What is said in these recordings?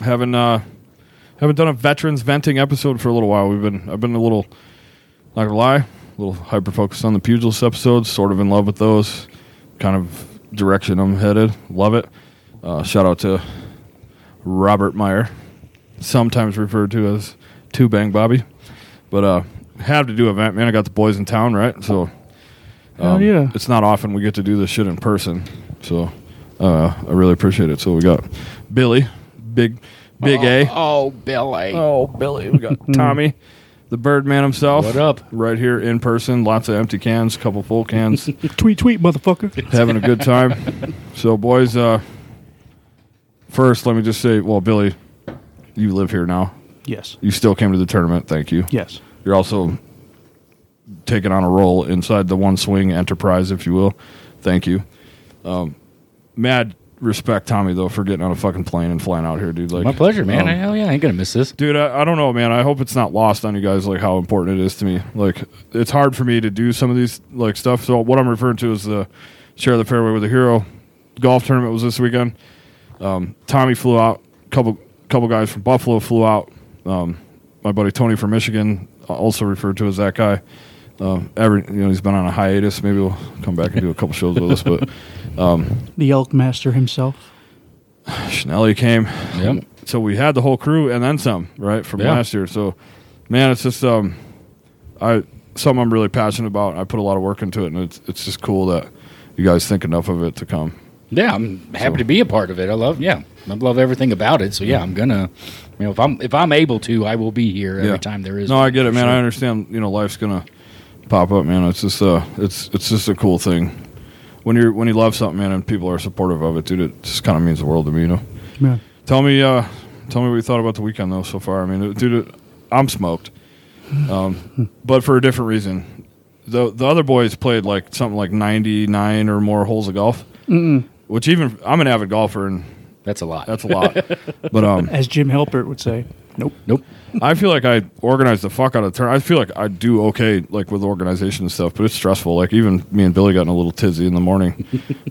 haven't uh, haven't done a veterans venting episode for a little while. We've been I've been a little not gonna lie, a little hyper focused on the pugilist episodes. Sort of in love with those kind of direction I'm headed. Love it. Uh, shout out to Robert Meyer, sometimes referred to as Two Bang Bobby, but uh, have to do event man. I got the boys in town, right? So Hell Oh, yeah. Um, it's not often we get to do this shit in person, so uh, I really appreciate it. So we got Billy, big, big A. Oh, Billy. Oh, Billy. We got Tommy, the Birdman himself. What up? Right here in person. Lots of empty cans, couple full cans. Tweet, tweet, motherfucker. having a good time. So, boys, uh, first let me just say, well, Billy, you live here now. yes. You still came to the tournament. Thank you. Yes. You're also taking on a role inside the one swing enterprise, if you will. Thank you. Um, mad respect, Tommy, though, for getting on a fucking plane and flying out here, dude. Like My pleasure, man. um, Hell yeah, I ain't gonna miss this. dude I, I don't know man i hope it's not lost on you guys like how important it is to me like it's hard for me to do some of these like stuff so what i'm referring to is the share the fairway with a hero golf tournament was this weekend um, tommy flew out couple couple guys from buffalo flew out um, my buddy tony from michigan uh, also referred to as that guy um, every you know he's been on a hiatus maybe we'll come back and do a couple shows with us but The elk master himself. Schnelly came. Yep. So we had the whole crew and then some, right, from Yeah. last year. So, man, it's just um, I something I'm really passionate about. I put a lot of work into it, and it's it's just cool that you guys think enough of it to come. Yeah, I'm happy to be a part of it. I love, yeah, I love everything about it. So yeah, I'm gonna, you know, if I'm if I'm able to, I will be here every Yeah. time there is. No, one, I get it, for man. sure. I understand. You know, life's gonna pop up, man. It's just uh, it's it's just a cool thing when you're when you love something, man, and people are supportive of it, dude. It just kind of means the world to me, you know. Yeah. Tell me, uh, tell me what you thought about the weekend though so far. I mean, it- dude, it- I'm smoked, um, but for a different reason. The the other boys played like something like 99 or more holes of golf, which even I'm an avid golfer and That's a lot. that's a lot. but um, As Jim Halpert would say. Nope. nope. I feel like I organized the fuck out of the turn. I feel like I do okay like with organization and stuff, but it's stressful. Like even me and Billy got in a little tizzy in the morning,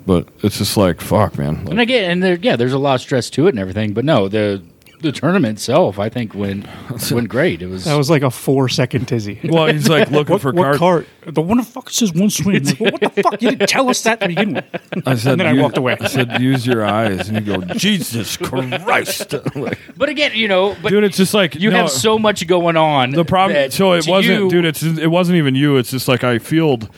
but it's just like fuck, man. Like, And again, and there, yeah, there's a lot of stress to it and everything. But no, the the tournament itself, I think went went great. It was. That was like a four second tizzy. well, he's like looking for what cards. cart? The one that fuck says one swing. I'm like, well, what the fuck? You didn't tell us that to begin with. I said, And then I "Use- walked away. I said, use your eyes. And you go, Jesus Christ. Like, but again, you know, but dude, it's just like, you no, have so much going on. The problem, that so it to wasn't, you- dude, it's, it wasn't even you. It's just like I field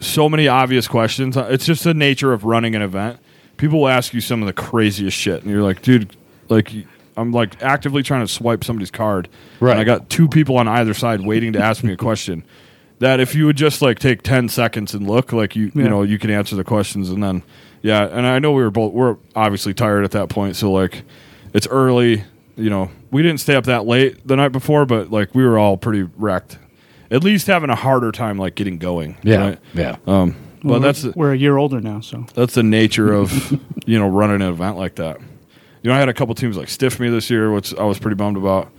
so many obvious questions. It's just the nature of running an event. People will ask you some of the craziest shit. And you're like, dude, like, I'm like actively trying to swipe somebody's card. Right. And I got two people on either side waiting to ask me a question. That if you would just like take ten seconds and look, like you Yeah. you know you can answer the questions and then yeah. And I know we were both we're obviously tired at that point, so like it's early. You know we didn't stay up that late the night before, but like we were all pretty wrecked. At least having a harder time like getting going. Yeah, right? yeah. Um, well, that's the- we're a year older now, so that's the nature of you know running an event like that. You know, I had a couple teams like stiff me this year, which I was pretty bummed about.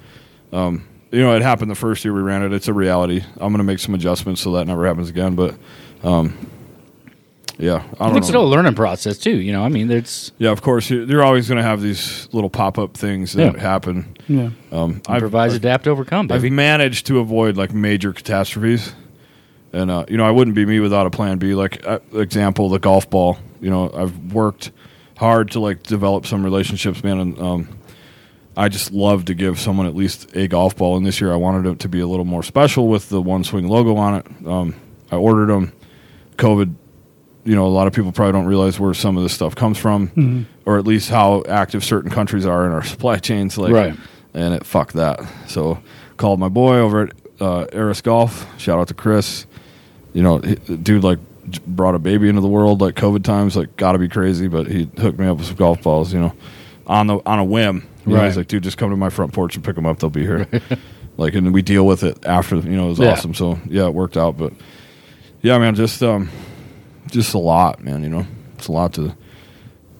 Um, you know, it happened the first year we ran it. It's a reality. I'm going to make some adjustments so that never happens again. But um, yeah, I don't it's a know. learning process too. You know, I mean, it's Yeah, of course, you- you're always going to have these little pop up things that Yeah. happen. yeah. Um, I've- improvise, adapt, overcome, I've baby. managed to avoid like major catastrophes, and uh, you know I wouldn't be me without a plan B. Like uh, example, the golf ball. You know I've worked hard to like develop some relationships, man, and um, I just love to give someone at least a golf ball. And this year I wanted it to be a little more special with the one swing logo on it. Um, I ordered them. COVID, you know, a lot of people probably don't realize where some of this stuff comes from, Mm-hmm. or at least how active certain countries are in our supply chains. Like, Right. and it fucked that. So called my boy over at uh, Eris Golf. Shout out to Chris. You know, he, the dude like j- brought a baby into the world like COVID times. Like, gotta be crazy, but he hooked me up with some golf balls. You know, on the on a whim. You know, Right. he's like, dude, just come to my front porch and pick them up. They'll be here. like, and we deal with it after. You know, it was Yeah. awesome. So yeah, it worked out. But yeah, man, just um, just a lot, man. You know, it's a lot to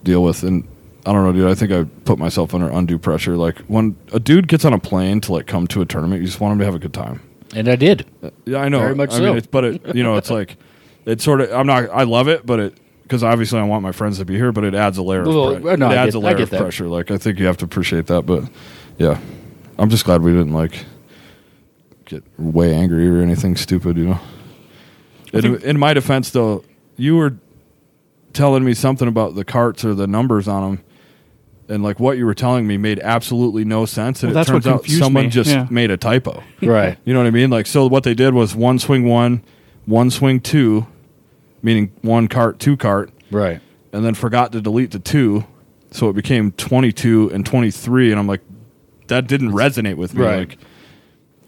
deal with, and I don't know, dude. I think I put myself under undue pressure. Like when a dude gets on a plane to like come to a tournament, you just want him to have a good time. and I did. Yeah, I know. Very much I so. Mean, it's, but it, you know, it's like it sort of. I'm not. I love it, but it because obviously I want my friends to be here, but it adds a layer. Well, of pre- no, it I adds get- a I layer get of that. pressure. Like I think you have to appreciate that, but yeah, I'm just glad we didn't like get way angry or anything stupid. You know, in, in my defense, though, you were telling me something about the carts or the numbers on them. And like what you were telling me made absolutely no sense, and Well, it that's what turns out confused someone me, just yeah. made a typo. Right. You know what I mean? Like, so what they did was one swing one, one swing two, meaning one cart, two cart, Right. and then forgot to delete the two. So it became 22 and 23. And I'm like, that didn't resonate with me. Right. Like,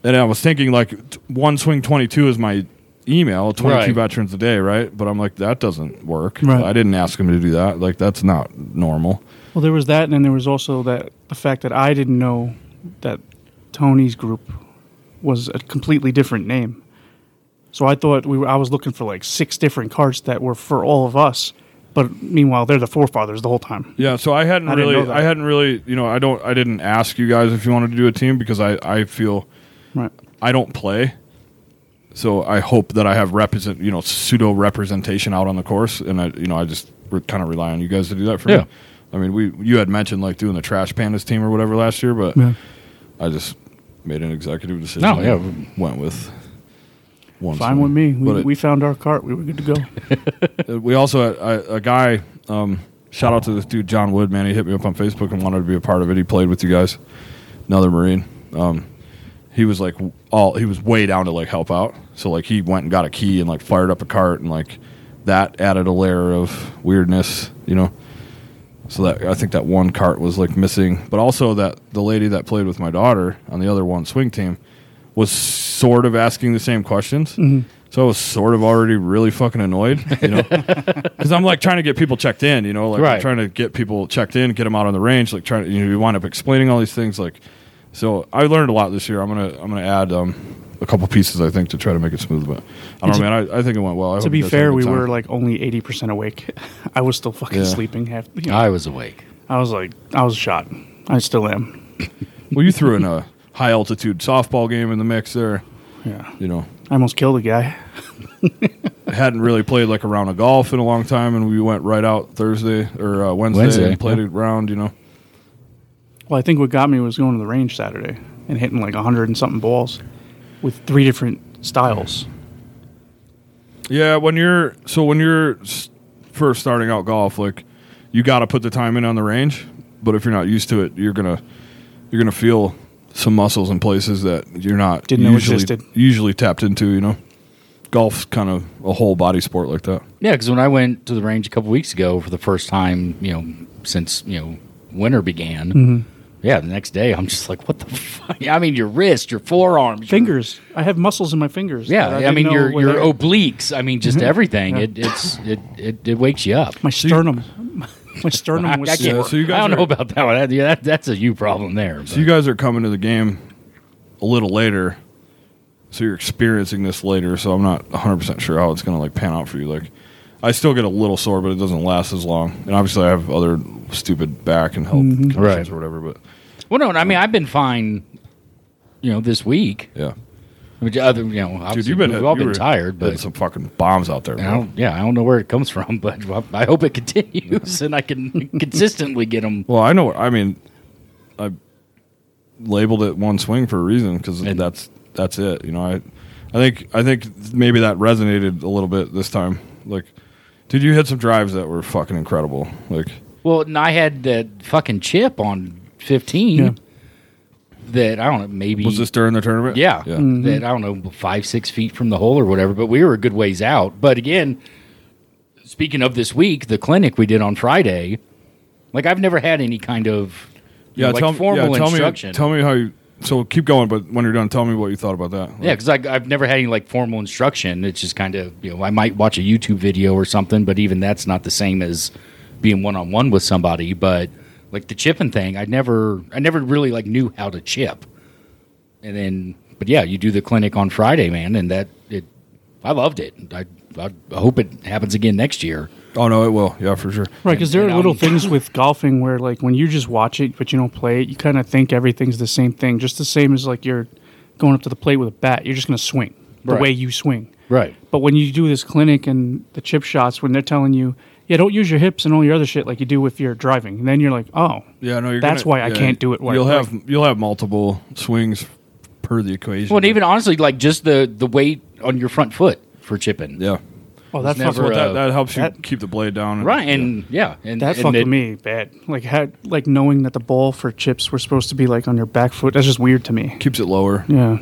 and I was thinking, like, t- one swing 22 is my email, 22 Right. veterans a day, right? But I'm like, that doesn't work. Right. I didn't ask him to do that. Like, that's not normal. Well, there was that, and then there was also that the fact that I didn't know that Tony's group was a completely different name. So I thought we were. I was looking for like six different carts that were for all of us, but meanwhile they're the forefathers the whole time. Yeah, so I hadn't I didn't really, know that. I hadn't really, you know, I don't, I didn't ask you guys if you wanted to do a team because I, I feel Right. I don't play, so I hope that I have represent you know pseudo representation out on the course, and I you know I just re- kind of rely on you guys to do that for Yeah. me. I mean, we you had mentioned like doing the Trash Pandas team or whatever last year, but Yeah. I just made an executive decision. No, yeah. and went with one. Fine swing. with me. We, But it- we found our cart. We were good to go. uh, we also had a, a guy. Um, shout out to this dude John Wood, man. He hit me up on Facebook and wanted to be a part of it. He played with you guys. Another Marine. Um, he was like all he was way down to like help out. So like he went and got a key and like fired up a cart and like that added a layer of weirdness, you know. So that I think that one cart was like missing, but also that the lady that played with my daughter on the other one swing team was sort of asking the same questions. Mm-hmm. So I was sort of already really fucking annoyed, you know, because I'm like trying to get people checked in, you know, like I'm Right. trying to get people checked in, get them out on the range, like trying to you, know, you wind up explaining all these things. Like, so I learned a lot this year. I'm gonna I'm gonna add um, a couple pieces I think to try to make it smooth, but I don't know, man. I, I think it went well. I to be fair, we were like only eighty percent awake. I was still fucking Yeah. sleeping half. You know, I was awake. I was like, I was shot. I still am. well, you threw in a high altitude softball game in the mix there. Yeah. You know, I almost killed a guy. hadn't really played like a round of golf in a long time, and we went right out Thursday or uh, Wednesday, Wednesday, and played yeah. a round. You know, Well, I think what got me was going to the range Saturday and hitting like 100 and something balls with three different styles. yeah. When you're so when you're s- first starting out golf, like you got to put the time in on the range, but if you're not used to it, you're gonna you're gonna feel some muscles in places that you're not Didn't know usually, existed. usually tapped into. You know, golf's kind of a whole body sport like that. Yeah, because when I went to the range a couple weeks ago for the first time, you know, since you know winter began. Mm-hmm. Yeah, the next day I'm just like, what the fuck? I mean, your wrist, your forearms, your- Fingers. I have muscles in my fingers. that yeah, I, didn't mean know your whether- your obliques. I mean, just Mm-hmm. everything. Yeah. It it's it, it it wakes you up. my sternum. My sternum was I, can't- Yeah, uh, so you guys I don't are- know about that one. That, yeah, that, that's a you problem there. So you guys are coming to the game a little later, so you're experiencing this later. So I'm not 100 percent sure how it's going to like pan out for you. Like, I still get a little sore, but it doesn't last as long. And obviously, I have other stupid back and health conditions Right. or whatever. But well, no, I mean, I've been fine. You know, this week. yeah, Which other, you know, dude, obviously you've been we've all you been were tired, hitting but some fucking bombs out there. I bro. don't, yeah, I don't know where it comes from, but I hope it continues and I can consistently get them. Well, I know. I mean, I labeled it one swing for a reason because And- that's that's it. You know, I I think I think maybe that resonated a little bit this time. Like, dude, you hit some drives that were fucking incredible. Like, Well, and I had that fucking chip on 15 Yeah. that I don't know, maybe. was this during the tournament? Yeah. yeah. Mm. Mm-hmm. That, I don't know, five, six feet from the hole or whatever, but we were a good ways out. But again, speaking of this week, the clinic we did on Friday, like I've never had any kind of you Yeah, know, like tell me- yeah, formal tell instruction. Me, tell me how you. So keep going, but when you're done, tell me what you thought about that. Yeah, because I've never had any like formal instruction. It's just kind of you know I might watch a YouTube video or something, but even that's not the same as being one on one with somebody. But like the chipping thing, I never I never really like knew how to chip. And then, but yeah, you do the clinic on Friday, man, and that it I loved it. I I hope it happens again next year. Oh no, it will. Yeah, for sure. Right, because there and are little I'm- things with golfing where, like, when you just watch it but you don't play it, you kind of think everything's the same thing. Just the same as, like, you're going up to the plate with a bat. You're just going to swing the Right. way you swing. Right. But when you do this clinic and the chip shots, when they're telling you, yeah, don't use your hips and all your other shit like you do if you're driving, and then you're like, oh, Yeah, no, you're That's gonna- why I yeah, can't do it when I You'll break. have you'll have multiple swings per the equation. Well, and even honestly, like just the the weight on your front foot for chipping. yeah, oh, that never fucking but that, uh, that helps you that- keep the blade down. and- Right. And yeah. And That and fucked it- me bad. Like had like knowing that the ball for chips were supposed to be like on your back foot. That's just weird to me. keeps it lower. Yeah.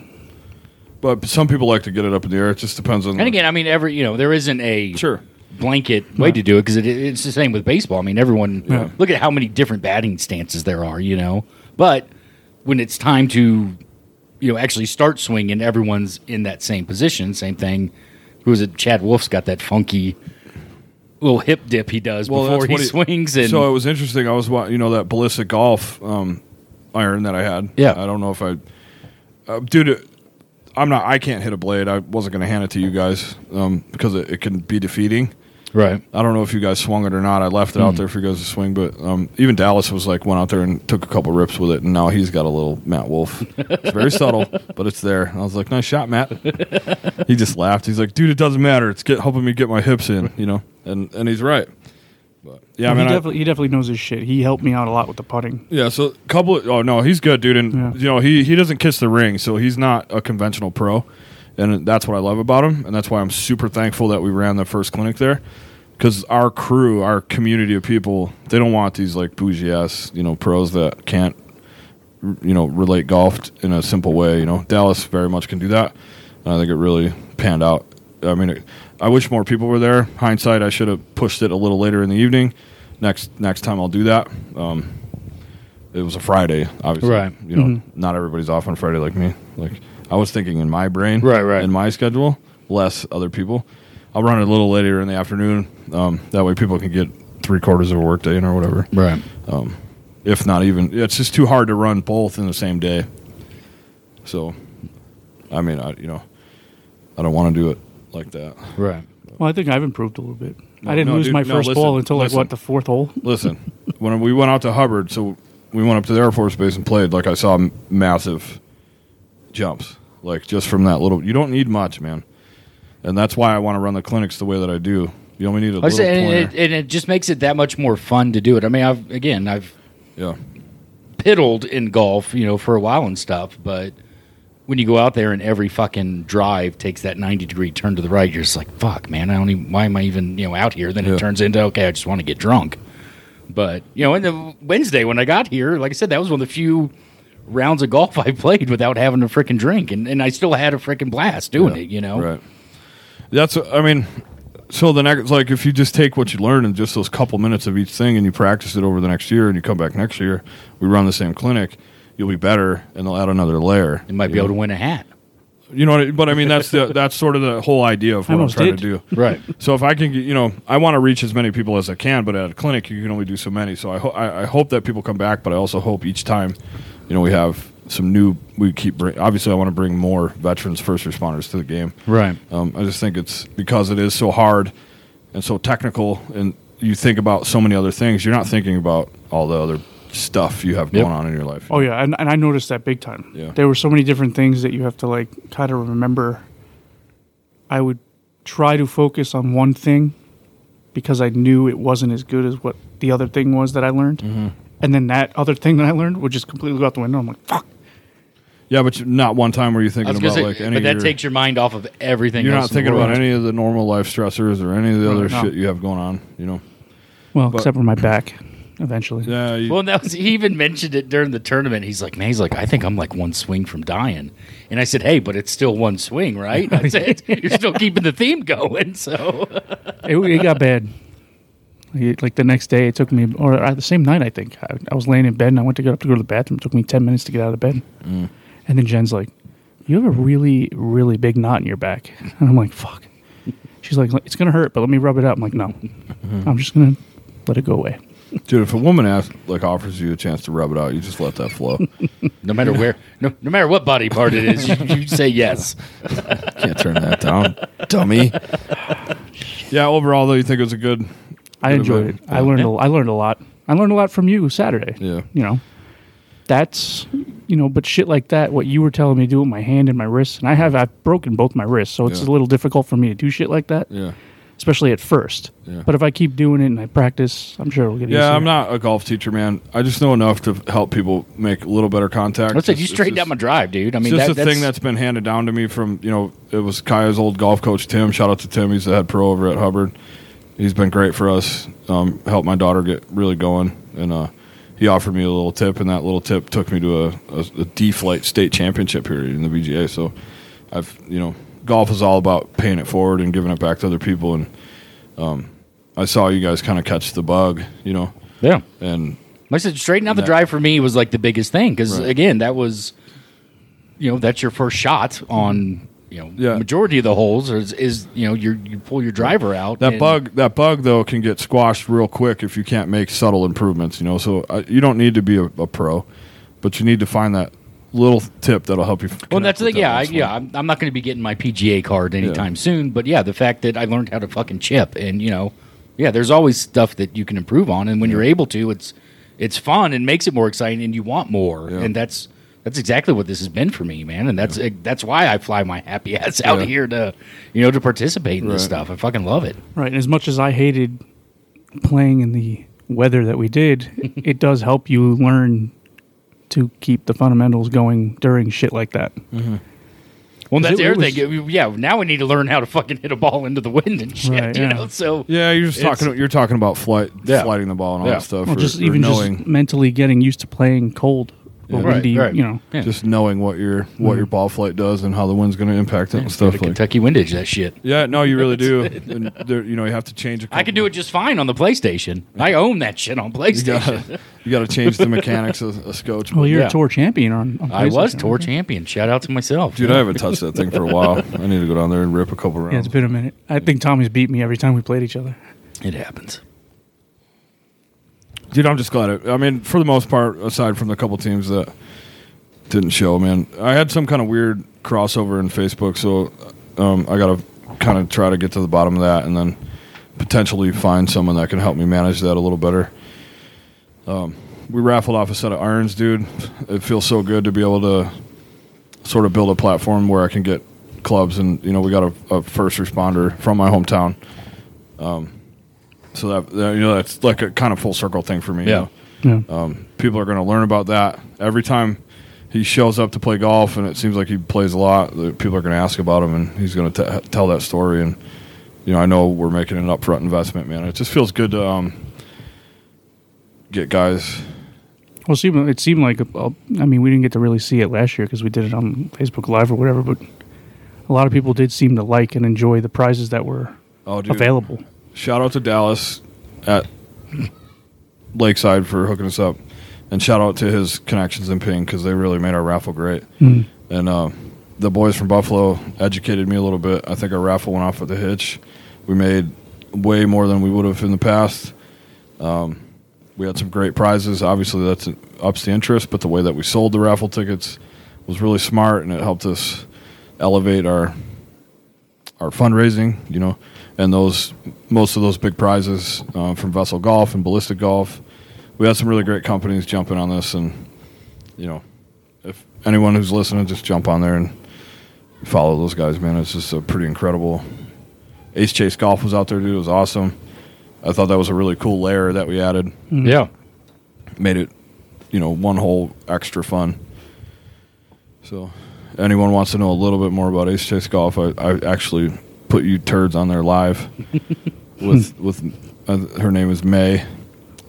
But some people like to get it up in the air. It just depends on. And again, I mean, every you know, there isn't a sure. blanket way to do it because it, it's the same with baseball. I mean, everyone Yeah. look at how many different batting stances there are, you know. But when it's time to, you know, actually start swinging, everyone's in that same position. Same thing. Who was it? Chad Wolf's got that funky little hip dip he does before that's he, what swings, and so it was interesting. I was wa- you know that ballistic golf um, iron that I had. Yeah. I don't know if I, uh, dude. It, I'm not. I can't hit a blade. I wasn't going to hand it to you guys um, because it, it can be defeating. right. I don't know if you guys swung it or not. I left Hmm. it out there for you guys to swing, but um, even Dallas was like went out there and took a couple rips with it, and now he's got a little Matt Wolf. It's very subtle, but it's there. And I was like, "Nice shot, Matt." he just laughed. He's like, "Dude, it doesn't matter. It's get, helping me get my hips in, you know." And and he's right. But yeah, I he mean, I, definitely he definitely knows his shit. He helped me out a lot with the putting. yeah. So a couple. Of, oh no, he's good, dude. And Yeah. you know he he doesn't kiss the ring, so he's not a conventional pro, and that's what I love about him, and that's why I'm super thankful that we ran the first clinic there, because our crew, our community of people, they don't want these like bougie ass you know pros that can't you know relate golf t- in a simple way. You know Dallas very much can do that. And I think it really panned out. I mean, it, I wish more people were there. Hindsight, I should have pushed it a little later in the evening. Next next time I'll do that. Um, it was a Friday, obviously. Right. Mm-hmm. You know, not everybody's off on Friday like me. Like I was thinking in my brain, Right, right. in my schedule, less other people. I'll run it a little later in the afternoon. Um, that way, people can get three quarters of a work day in or whatever Right. if not even it's just too hard to run both in the same day so i mean i you know i don't want to do it like that Right. Well, I think I've improved a little bit. No, I didn't no, lose dude, my no, first listen, ball until like listen. what the fourth hole. listen when we went out to hubbard so we went up to the air force base and played like i saw m- massive jumps like just from that little you don't need much man and that's why i want to run the clinics the way that i do you only need a I little said, and, pointer. it, and it just makes it that much more fun to do it. I mean, I've again, I've yeah piddled in golf, you know, for a while and stuff, but when you go out there and every fucking drive takes that 90 degree turn to the right, you're just like, fuck, man, I don't even, why am I even, you know, out here? Then Yeah. it turns into, okay, I just want to get drunk. But, you know, and the Wednesday when I got here, like I said, that was one of the few rounds of golf I played without having a freaking drink. And, and I still had a freaking blast doing Yeah, it, you know? Right. That's I mean, so the next like if you just take what you learn in just those couple minutes of each thing and you practice it over the next year and you come back next year, we run the same clinic, you'll be better and they'll add another layer. You might be you able to win a hat. know? You know what I, but I mean that's the that's sort of the whole idea of I what I'm almost trying did. to do. Right. So if I can, get- you know, I want to reach as many people as I can, but at a clinic you can only do so many. So I, ho- I, I hope that people come back, but I also hope each time, you know, we have some new. We keep bring, obviously I want to bring more veterans, first responders to the game. Right. Um, I just think it's because it is so hard and so technical, and you think about so many other things. You're not thinking about all the other stuff you have Yep. going on in your life. Oh yeah, and, and I noticed that big time. Yeah. There were so many different things that you have to like kind of remember. I would try to focus on one thing because I knew it wasn't as good as what the other thing was that I learned. Mm-hmm. And then that other thing that I learned would just completely go out the window. I'm like, fuck. yeah, but you- not one time were you I thinking was about gonna say, like any. but of that your- takes your mind off of everything. you're not else in the thinking about world. any of the normal life stressors or any of the other no. shit you have going on. You know. Well, But- except for my back, eventually. Yeah. You, Well, that was, he even mentioned it during the tournament. He's like, man, he's like, I think I'm like one swing from dying. And I said, hey, but it's still one swing, right? I said, you're still keeping the theme going. So, It, it got bad. Like like, the next day, it took me, or uh, the same night, I think. I, I was laying in bed and I went to get up to go to the bathroom. It took me 10 minutes to get out of bed. And then Jen's like, You have a really, really big knot in your back. And I'm like, Fuck. She's like, It's going to hurt, but let me rub it out. I'm like, No, I'm just going to let it go away. dude, if a woman asks, like, offers you a chance to rub it out, you just let that flow. no matter where, no, no matter what body part it is, you, you say yes. Can't turn that down, dummy. Yeah. Overall, though, you think it was a good. I Good enjoyed it. event. I learned. Yeah. A, I learned a lot. I learned a lot from you Saturday. Yeah. You know, that's you know, but shit like that, what you were telling me to do with my hand and my wrist, and I have I've broken both my wrists, so it's Yeah. a little difficult for me to do shit like that, Yeah. especially at first. Yeah. But if I keep doing it and I practice, I'm sure it'll get easier. Yeah, I'm not a golf teacher, man. I just know enough to help people make a little better contact. Let's say you It's- it's straightened just- out my drive, dude. I mean, It's just a that- thing that's been handed down to me from you know it was Kaya's old golf coach Tim. Shout out to Tim. He's the head pro over at Hubbard. He's been great for us. Um, helped my daughter get really going, and uh, he offered me a little tip, and that little tip took me to a, a, a D-flight state championship here in the VGA. So I've you know golf is all about paying it forward and giving it back to other people, and um, I saw you guys kind of catch the bug, you know, yeah. and Like I said, straightening out the Yeah. drive for me was like the biggest thing because Right. again, that was, you know, that's your first shot on you know Yeah. majority of the holes is, is you know you you pull your driver out That and- bug, that bug though, can get squashed real quick if you can't make subtle improvements. You know, so uh, you don't need to be a, a pro, but you need to find that little tip that'll help you. Well, that's the the thing. Yeah, I, yeah. I'm, I'm not going to be getting my PGA card anytime soon, but yeah, the fact that I learned how to fucking chip, and you know, yeah, there's always stuff that you can improve on, and when you're able to, it's it's fun and makes it more exciting, and you want more, Yeah. and that's that's exactly what this has been for me, man, and that's eh, that's why I fly my happy ass out Yeah. here to you know to participate in this Right. stuff. I fucking love it. Right. And as much as I hated playing in the weather that we did, it does help you learn to keep the fundamentals going during shit like that. Well, Is that's it- the it other was- thing. Yeah, now we need to learn how to fucking hit a ball into the wind and shit. Right, You yeah. know, so Yeah, you're just It's- talking. You're talking about flight, Yeah. flighting the ball and all Yeah. that stuff. Well, or- just or even knowing, just mentally getting used to playing cold Yeah. or Mm-hmm. Right, windy, right. you know. Yeah. just knowing what your what your ball flight does and how the wind's going to impact it and Go to stuff like. that. Kentucky windage that shit. Yeah, no, you really do. and there, you know, you have to change. A I could do it just fine on the PlayStation. I own that shit on You PlayStation. gotta, you gotta change the mechanics of a scotch. Well, you're Yeah. a tour champion on. on I was PlayStation, tour okay. champion. Shout out to myself. Dude, I haven't touched that thing for a while. I need to go down there and rip a couple rounds. Yeah, it's been a minute. I Mm. think Tommy's beat me every time we played each other. It happens. Dude, I'm just glad. It, I mean, for the most part, aside from the couple teams that didn't show, man, I had some kind of weird crossover in Facebook, so um, I got to kind of try to get to the bottom of that, and then potentially find someone that can help me manage that a little better. Um, we raffled off a set of irons, dude. It feels so good to be able to sort of build a platform where I can get clubs, and you know, we got a, a first responder from my hometown. Um, so that, that you know, that's like a kind of full circle thing for me. you Yeah. know? Yeah. Oh. Um, people are going to learn about that every time he shows up to play golf, and it seems like he plays a lot. The people are going to ask about him, and he's going to tell that story. And you know, I know we're making an upfront investment, man. It just feels good to um, get guys. Well, it seemed, it seemed like, a- I mean, we didn't get to really see it last year because we did it on Facebook Live or whatever, but a lot of people did seem to like and enjoy the prizes that were Oh, dude! available. Shout out to Dallas at Lakeside for hooking us up, and shout out to his connections in Ping because they really made our raffle great. And uh, the boys from Buffalo educated me a little bit. I think our raffle went off with a hitch. We made way more than we would have in the past. Um, we had some great prizes. Obviously, that's ups the interest, but the way that we sold the raffle tickets was really smart, and it helped us elevate our our fundraising, you know, and those most of those big prizes uh, from Vessel Golf and Ballistic Golf. We had some really great companies jumping on this, and you know, if anyone who's listening, just jump on there and follow those guys, man. It's just a pretty incredible. Ace Chase Golf was out there, dude. It was awesome. I thought that was a really cool layer that we added. Mm. Yeah. Made it, you know, one whole extra fun. So, anyone wants to know a little bit more about Ace Chase Golf, I, I actually put you turds on there live with with uh, her name is May,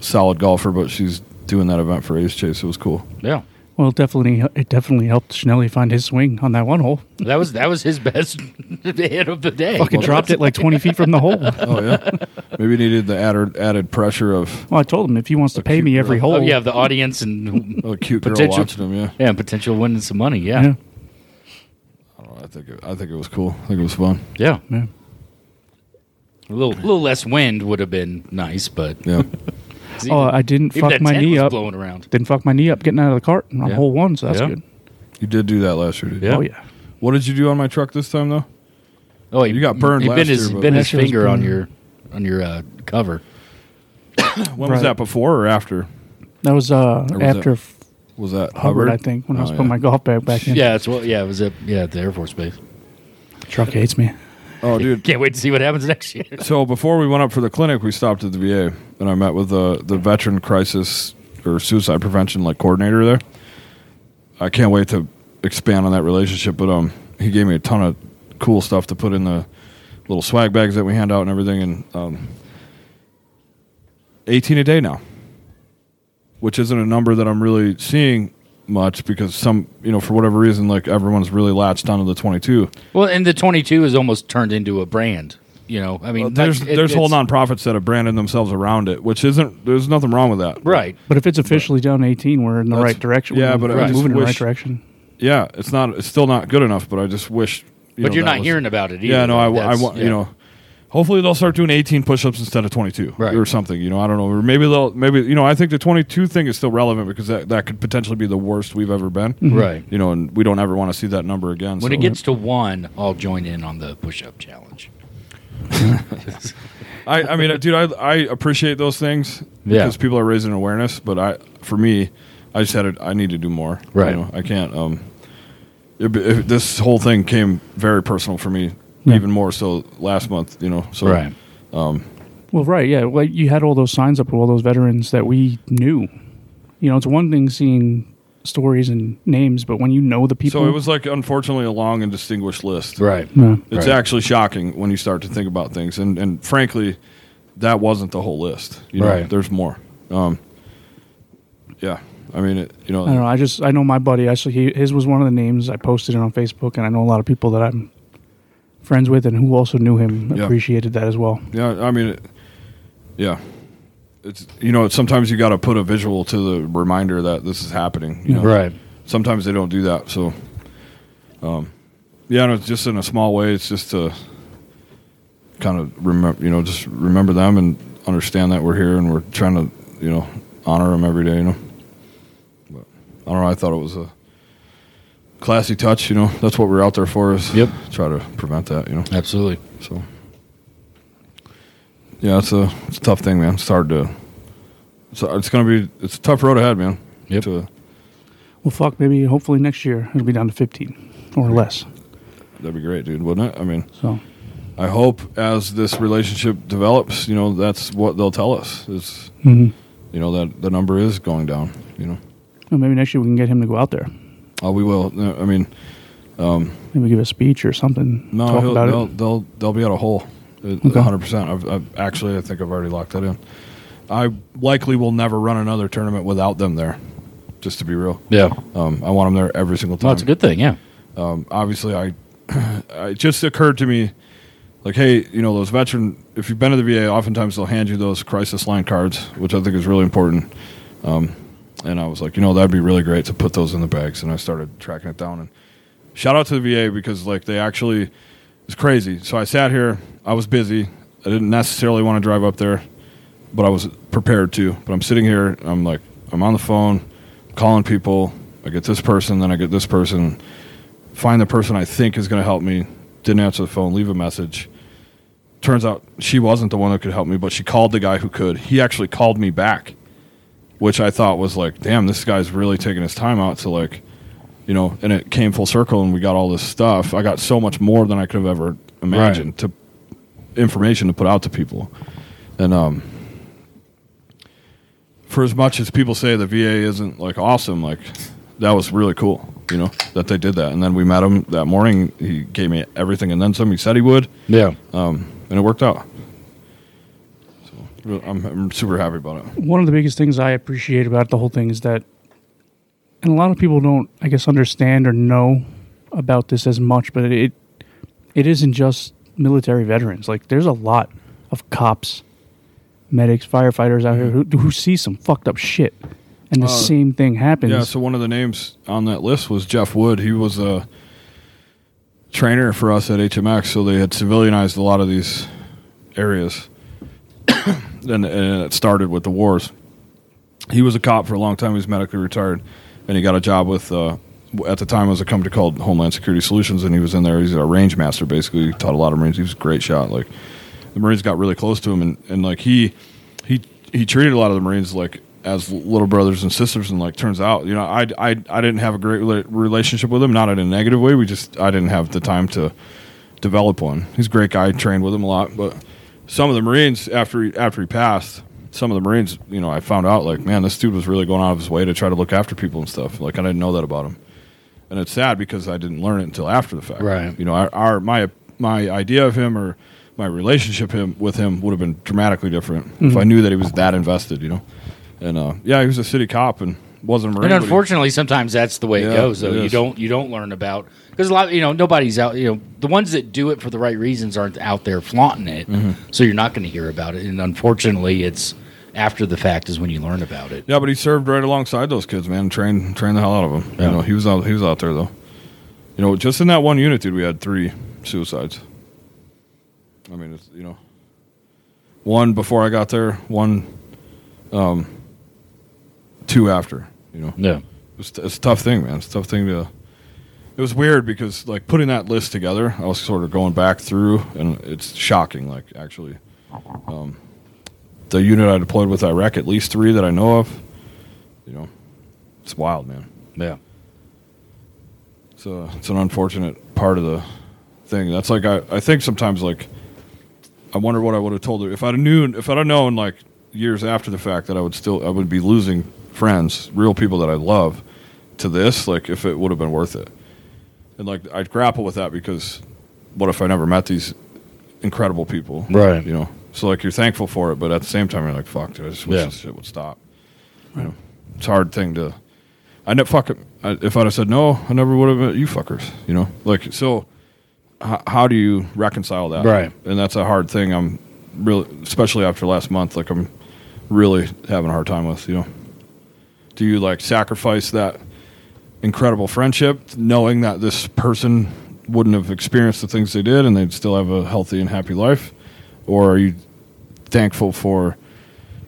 solid golfer, but she's doing that event for Ace Chase. It was cool. Yeah. Well, it definitely, it definitely helped Schnelly find his swing on that one hole. That was that was his best hit of the day. Fucking dropped it like 20 feet from the hole. Well, Oh yeah, maybe needed the added added pressure of I told him if he wants to pay cute me every girl. hole. Oh yeah, the audience and a cute girl Potential. watching him. Yeah, yeah, and potential winning some money. Yeah. Yeah. Yeah. I, don't know, I think it, I think it was cool. I think it was fun. yeah. A little little less wind would have been nice, but Yeah, Oh, I didn't even fuck that my tent knee was up. blowing around. Didn't fuck my knee up getting out of the cart on Yeah. hole one, so that's Yeah. good. you did do that last year. Dude. Yeah. Oh yeah. What did you do on my truck this time though? Oh, he, You got burned He last bent his year, but- bent his Last year was finger on burned. your on your uh, cover. When was Right. that? Before or after? That was uh Or was after it- f- was that Hubbard, I think, when I was Oh, putting yeah. my golf bag back in. Yeah, it's well, yeah, it was at yeah at the Air Force Base. Truck hates me. Oh, dude. Can't wait to see what happens next year. So before we went up for the clinic, we stopped at the VA, and I met with the the veteran crisis or suicide prevention like coordinator there. I can't wait to expand on that relationship, but um, he gave me a ton of cool stuff to put in the little swag bags that we hand out and everything, and um, eighteen a day now, which isn't a number that I'm really seeing much because some you know for whatever reason like everyone's really latched onto the 22 Well, and the 22 is almost turned into a brand. You know, I mean, Well, there's like, it- there's whole it's- nonprofits that have branded themselves around it, which isn't there's nothing wrong with that. right. But if it's officially down 18, we're in the That's- right direction. yeah, we're but I we're just moving in the right wish- direction. Yeah, it's not it's still not good enough, but I just wish. You But you're that not hearing about it either. Yeah, no, I, I That's- want yeah. you know. Hopefully they'll start doing 18 push-ups instead of 22 Right. or something. You know, I don't know. Or maybe they'll maybe you know. I think the 22 thing is still relevant because that, that could potentially be the worst we've ever been. Mm-hmm. Right. You know, and we don't ever want to see that number again. When so- it gets to one, I'll join in on the push-up challenge. I, I mean, dude, I, I appreciate those things Yeah. because people are raising awareness. But I, for me, I just had it. I need to do more. Right. You know, I can't. Um, it, it, this whole thing came very personal for me, even more so last month. You know, so Right. Well, right, yeah. Like you had all those signs up with all those veterans that we knew. You know, it's one thing seeing stories and names, but when you know the people, So it was like unfortunately a long and distinguished list. Right. Yeah. It's Right. actually shocking when you start to think about things, and and frankly, that wasn't the whole list. You know, Right. There's more. Um, yeah. I mean, it, you know, I don't know. I just I know my buddy. Actually, he, his was one of the names I posted it on Facebook, and I know a lot of people that I'm friends with and who also knew him Yeah. appreciated that as well. Yeah, I mean, it, yeah, it's you know sometimes you got to put a visual to the reminder that this is happening. You know? Right. Sometimes they don't do that, so um, yeah, no, it's just in a small way. It's just to kind of remember, you know, just remember them and understand that we're here and we're trying to, you know, honor them every day. You know, but I don't know. I thought it was a classy touch. You know, that's what we're out there for is Yep. try to prevent that. You know. Absolutely. So, yeah, it's a it's a tough thing, man. It's hard to. So it's gonna be it's a tough road ahead, man. Yep. To, Well, fuck, maybe hopefully next year it'll be down to 15 or less. that'd be great, dude, wouldn't it? I mean, So I hope as this relationship develops, you know, that's what they'll tell us is, Mhm. you know, that the number is going down. You know, Well, maybe next year we can get him to go out there. oh, we will. No, I mean, Maybe give a speech or something. no, talk he'll, about they'll, it. they'll they'll be at a hole, one Okay. hundred percent. I've I've- actually, I think I've already locked that in. I likely will never run another tournament without them there. Just to be real. Yeah. Um, I want them there every single Well, time. it's a good thing. Yeah. Um, obviously, I it just occurred to me, like, hey, you know, those veteran. If you've been to the VA, oftentimes they'll hand you those crisis line cards, which I think is really important. Um, and I was like, you know, that'd be really great to put those in the bags. And I started tracking it down. And shout out to the VA because like they actually it's crazy. So I sat here. I was busy. I didn't necessarily want to drive up there, but I was prepared to. But I'm sitting here. I'm like, I'm on the phone, calling people. I get this person, then I get this person. Find the person I think is going to help me. Didn't answer the phone. Leave a message. Turns out she wasn't the one that could help me, but she called the guy who could. He actually called me back, which I thought was like, damn, this guy's really taking his time out to like you know, and it came full circle and we got all this stuff. I got so much more than I could have ever imagined to information to put out to people. And um for as much as people say the VA isn't like awesome, like that was really cool, you know, that they did that. And then we met him that morning. He gave me everything and then some he said he would, Yeah. and it worked out. So I'm, I'm super happy about it. one of the biggest things I appreciate about the whole thing is that, and a lot of people don't, I guess, understand or know about this as much, but it it isn't just military veterans. Like, there's a lot of cops, medics, firefighters out here who, Mm-hmm. who see some fucked up shit, and the Uh, same thing happens. Yeah, so one of the names on that list was Jeff Wood. He was a trainer for us at HMX, so they had civilianized a lot of these areas. and, and it started with the wars. He was a cop for a long time. He was medically retired, and he got a job with, uh, at the time, it was a company called Homeland Security Solutions, and he was in there. He's a range master, basically. He taught a lot of Marines. He was a great shot. Like, the Marines got really close to him, and, and like he, he, he treated a lot of the Marines like as little brothers and sisters, and like turns out, you know, I I, I didn't have a great rela- relationship with him, not in a negative way. We just I didn't have the time to develop one. He's a great guy. I trained with him a lot, but some of the Marines after he, after he passed, some of the Marines, you know, I found out like, man, this dude was really going out of his way to try to look after people and stuff. Like I didn't know that about him, and it's sad because I didn't learn it until after the fact. Right. You know, our, our my my idea of him or my relationship him with him would have been dramatically different if Mm-hmm. I knew that he was that invested. You know, and uh, yeah, he was a city cop and wasn't a Marine. And but he- unfortunately, sometimes that's the way Yeah, it goes. Though it you is. don't you don't learn about because a lot you know nobody's out you know the ones that do it for the right reasons aren't out there flaunting it, Mm-hmm. so you're not going to hear about it. And unfortunately, it's after the fact is when you learn about it. Yeah, but he served right alongside those kids, man. Trained, trained the hell out of them. Yeah. You know, he was out, he was out there though. You know, just in that one unit, dude, we had three suicides. I mean, it's, you know, one before I got there, one, um, two after. You know, Yeah, it's, it's a tough thing, man. It's a tough thing to. It was weird because like putting that list together, I was sort of going back through, and it's shocking. Like actually, um, the unit I deployed with Iraq, at least three that I know of, you know, it's wild, man. yeah, It's a, it's an unfortunate part of the thing. That's like I, I think sometimes like I wonder what I would have told her if I'd knew if I'd have known like years after the fact that I would still I would be losing friends, real people that I love, to this. Like if it would have been worth it, and like I'd grapple with that because what if I never met these incredible people, Right. You know, so like you're thankful for it, but at the same time you're like, fuck, dude, I just wish Yeah. this shit would stop. You know, it's a hard thing to. I never fuck it. I, if I'd have said no, I never would have met you fuckers. You know, like so. H- how do you reconcile that? Right. and that's a hard thing. I'm really, especially after last month, like I'm really having a hard time with. You know, do you like sacrifice that incredible friendship, knowing that this person wouldn't have experienced the things they did and they'd still have a healthy and happy life, or are you thankful for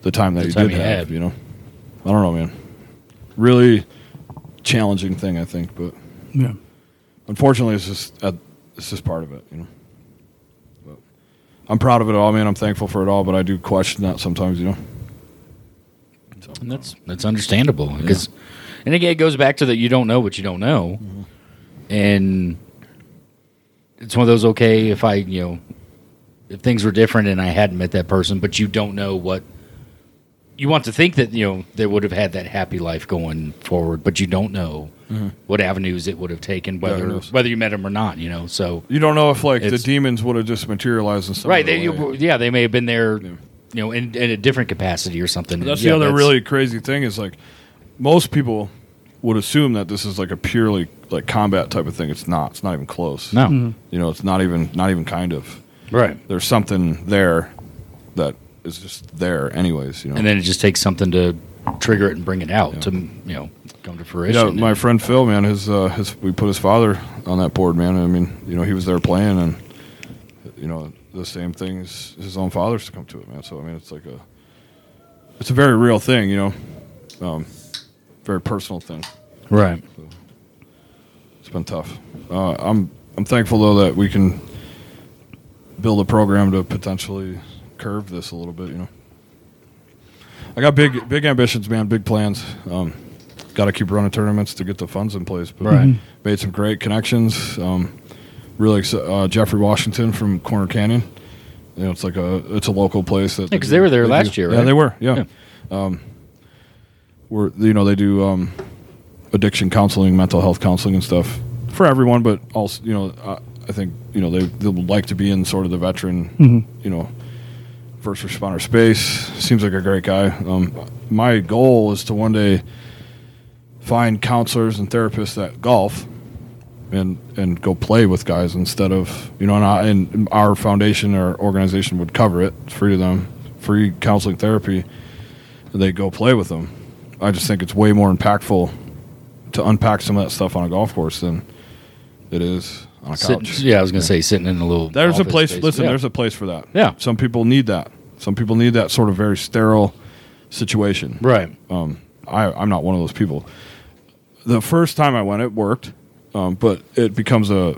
the time that The you time did you have? had. You know, I don't know, man. Really challenging thing, I think, but Yeah. unfortunately, it's just uh, it's just part of it. You know, but I'm proud of it all, man. I'm thankful for it all, but I do question that sometimes. You know, and that's that's understandable because, and again, it goes back to that you don't know what you don't know, Mm-hmm. and it's one of those. Okay, if I you know if things were different and I hadn't met that person, but you don't know what you want to think that you know they would have had that happy life going forward, but you don't know what avenues it would have taken, whether Mm-hmm. knows? whether you met them or not. You know, so you don't know if like It's- the demons would have just materialized in some right, other they, way. you, yeah, they may have been there, you know, in, in a different capacity or something. That's Yeah, the other that's- really crazy thing is like most people would assume that this is like a purely like combat type of thing. It's not. It's not even close. no you know, it's not even not even kind of. right. There's something there that is just there, anyways. You know, and then it just takes something to trigger it and bring it out to you know come to Yeah, fruition. my friend Phil, man, his, uh, his we put his father on that board, man. I mean, you know, he was there playing, and you know, the same things his own father's to come to it, man. So I mean, it's like a, it's a very real thing, you know, um, very personal thing. right? It's been tough. Uh, I'm I'm thankful though that we can build a program to potentially curve this a little bit. You know, I got big big ambitions, man. Big plans. Um, got to keep running tournaments to get the funds in place. But Right. Mhm. made some great connections. Um, really, ex- uh, Jeffrey Washington from Corner Canyon. You know, it's like a it's a local place that 'cause do- they were there last do- year, Yeah, right? they were. Yeah, Yeah. Um, we're you know they do um, addiction counseling, mental health counseling, and stuff for everyone. But also, you know, I, I think you know they they would like to be in sort of the veteran, Mm-hmm. you know, first responder space. Seems like a great guy. Um, my goal is to one day find counselors and therapists that golf and and go play with guys instead of you know and, I, and our foundation or organization would cover it it's free to them free counseling therapy and they go play with them i just think it's way more impactful to unpack some of that stuff on a golf course than it is on a Sitting, couch yeah, I was gonna say sitting in a little. there's a office place. space. Listen, Yeah. there's a place for that. Yeah. Some people need that. Some people need that sort of very sterile situation. right. I, I'm not one of those people. The first time I went, it worked, um, but it becomes a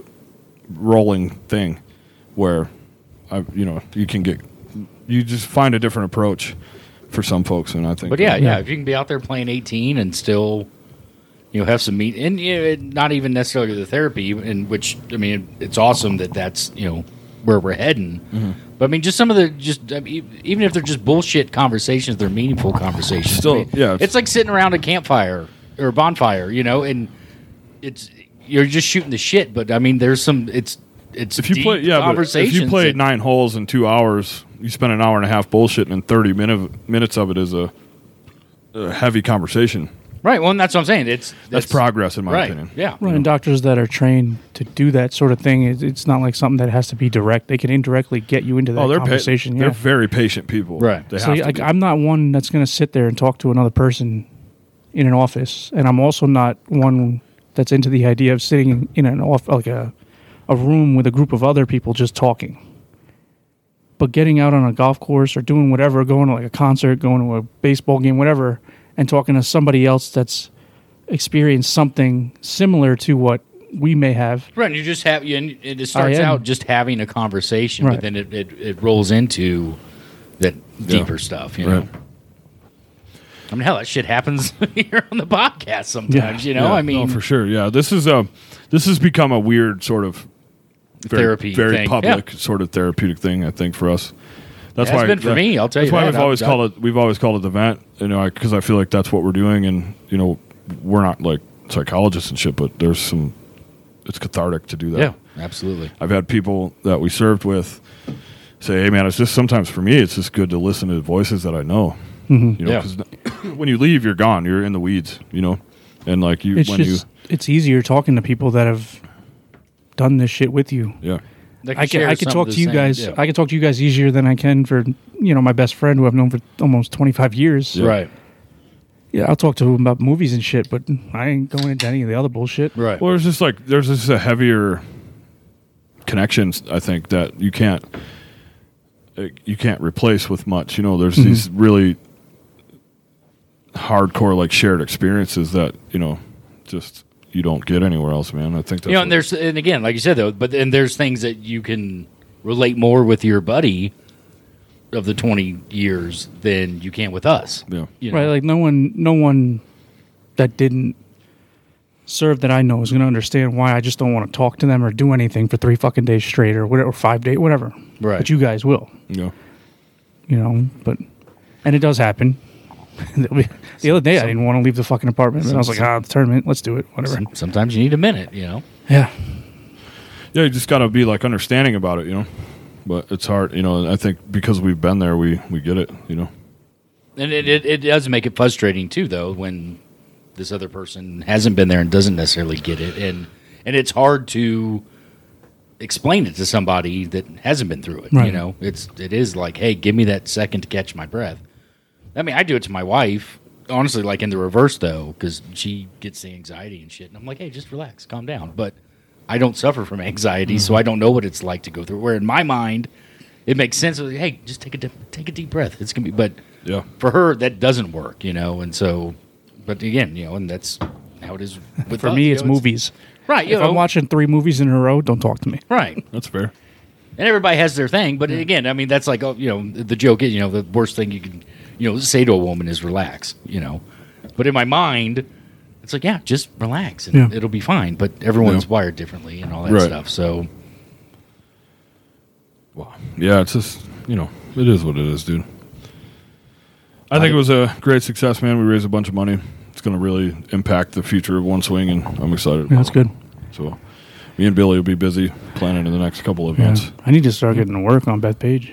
rolling thing where I, you know, you can get, you just find a different approach for some folks, and I think. But yeah, yeah, Yeah. if you can be out there playing 18 and still, you know, have some meat, and you know, it- not even necessarily the therapy, and which I mean, it's awesome that that's you know where we're heading. Mm-hmm. But I mean, just some of the just I mean, even if they're just bullshit conversations, they're meaningful conversations. Still, I mean, yeah. it's like sitting around a campfire or a bonfire, you know, and it's you're just shooting the shit. But I mean, there's some it's it's if you deep play, yeah, but if conversations you play that- nine holes in two hours, you spend an hour and a half bullshitting, and thirty minute, minutes of it is a, a heavy conversation. right. Well, and that's what I'm saying. It's That's progress, in my right. opinion. Yeah. Right, and doctors that are trained to do that sort of thing, it- it's not like something that has to be direct. They can indirectly get you into that Oh, they're pa- conversation. they're yeah. very patient people, Right. They so have to like, be. I'm not one that's going to sit there and talk to another person in an office, and I'm also not one that's into the idea of sitting in an off like a a room with a group of other people just talking. But getting out on a golf course or doing whatever, going to like a concert, going to a baseball game, whatever, and talking to somebody else that's experienced something similar to what we may have. Right, and you just have you, and it starts am. out just having a conversation, but Oh, Right. then it, it, it rolls into that deeper stuff, you know. Right. I mean, hell, that shit happens here on the podcast sometimes, you know. Yeah, I no, mean, for sure. Yeah, this is a this has become a weird sort of very, Therapy very thing, public sort of therapeutic thing. I think for us, that's It has why been for that- me, I'll tell that's you why that. we've I've- always I've- called it. We've always called it the vent, you know, because I feel like that's what we're doing, and you know, we're not like psychologists and shit, but there's some. It's cathartic to do that. yeah, absolutely. I've had people that we served with say, "Hey, man, it's just sometimes for me, it's just good to listen to voices that I know." You know, Mm-hmm. Yeah. 'cause n- when you leave, you're gone. You're in the weeds. You know, and like you, It's when just it's easier talking to people that have done this shit with you. you, yeah, I can I can talk to you guys. Yeah. I can talk to you guys easier than I can for you know my best friend who I've known for almost twenty five years. Yeah. Right, Yeah, I'll talk to him about movies and shit, but I ain't going into any of the other bullshit. right. Well, there's just like there's just a heavier connections. I think that you can't uh, you can't replace with much. You know, there's Mm-hmm. these really hardcore like shared experiences that you know just you don't get anywhere else, man. I think that's you know, what- and there's and again, like you said though, but and there's things that you can relate more with your buddy of the twenty years than you can with us. yeah. You know? Right, like no one, no one that didn't serve that I know is going to understand why I just don't want to talk to them or do anything for three fucking days straight or whatever, five days, whatever. Right. But you guys will, Yeah. you know. But and it does happen. the other day, I didn't want to leave the fucking apartment, but I was like, ah, the tournament, let's do it, whatever. Some- Sometimes you need a minute. You know. Yeah. Yeah, you just gotta be like understanding about it, you know. But it's hard, you know. and I think because we've been there, we we get it, you know. And it, it, it does make it frustrating too, though, when this other person hasn't been there and doesn't necessarily get it, and and it's hard to explain it to somebody that hasn't been through it. You Right. know, it's it is like, hey, give me that second to catch my breath. I mean, I do it to my wife, honestly, like in the reverse though, because she gets the anxiety and shit, and I'm like, hey, just relax, calm down. But I don't suffer from anxiety, so I don't know what it's like to go through. it. Where in my mind, it makes sense. Like, hey, just take a dip, take a deep breath. It's gonna be, but Yeah. for her that doesn't work you know and so but again you know and that's how it is with For us, me, you it's know, movies. right you If know, I'm watching three movies in a row, don't talk to me. right That's fair. and everybody has their thing but again i mean that's like oh you know the joke is you know the worst thing you can you know say to a woman is relax you know but in my mind it's like yeah just relax and Yeah. it'll be fine but everyone's Yeah. wired differently and all that Right. stuff so Wow. Yeah, it's just you know, it is what it is, dude. I think it was a great success, man. We raised a bunch of money. It's gonna really impact the future of one swing and I'm excited. Yeah, that's good. So me and Billy will be busy planning the next couple of events. I need to start getting to work on Beth Page.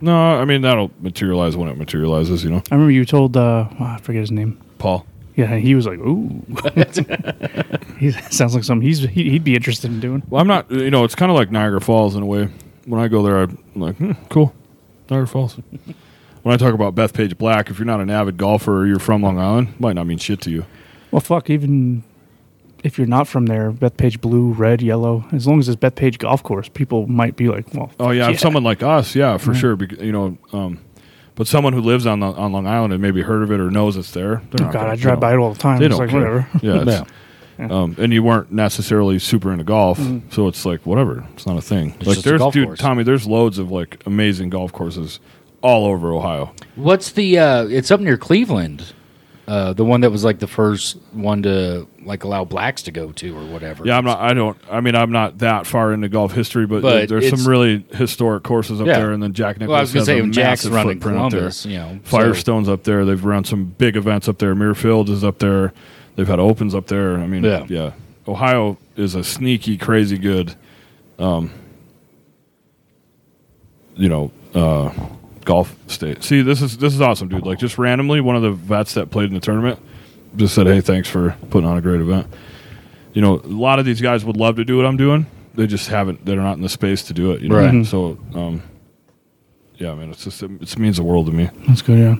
No, I mean that'll materialize when it materializes, you know. I remember you told, uh, oh, I forget his name. Paul. Yeah, he was like, ooh. he sounds like something he's, he, he'd be interested in doing. Well, I'm not. You know, it's kind of like Niagara Falls in a way. When I go there, I'm like, hmm, cool, Niagara Falls. when I talk about Bethpage Black, if you're not an avid golfer or you're from Long Island, it might not mean shit to you. Well, fuck, even if you're not from there, Beth Page blue, red, yellow, as long as it's Beth Page golf course, people might be like, well, Oh yeah, if someone like us, yeah, for sure. Bec- you know, um, but someone who lives on the, on Long Island and maybe heard of it or knows it's there. oh, God, I drive by it all the time. They it's don't like, care. whatever. Yeah, it's- Um, and you weren't necessarily super into golf, Mm-hmm. so it's like whatever. It's not a thing. like just a there's golf dude course. Tommy, there's loads of like amazing golf courses all over Ohio. What's the? Uh, it's up near Cleveland. Uh, the one that was like the first one to like allow blacks to go to or whatever. Yeah, I'm not. I don't. I mean, I'm not that far into golf history, but, But there's it's- some really historic courses up Yeah. there. And then Jack Nicklaus Well, I was has gonna say a when Jack's massive running footprint up there. Columbus, you know, so- Firestone's up there. They've run some big events up there. Muirfield is up there. They've had opens up there. I mean, Yeah. yeah, Ohio is a sneaky, crazy good, um, you know, uh, golf state. See, this is this is awesome, dude. Like just randomly, one of the vets that played in the tournament just said, "Hey, thanks for putting on a great event." You know, a lot of these guys would love to do what I'm doing. They just haven't. They're not in the space to do it. You know? Right. Mhm. So, um, yeah, man, it's just it, it means the world to me That's good. Yeah.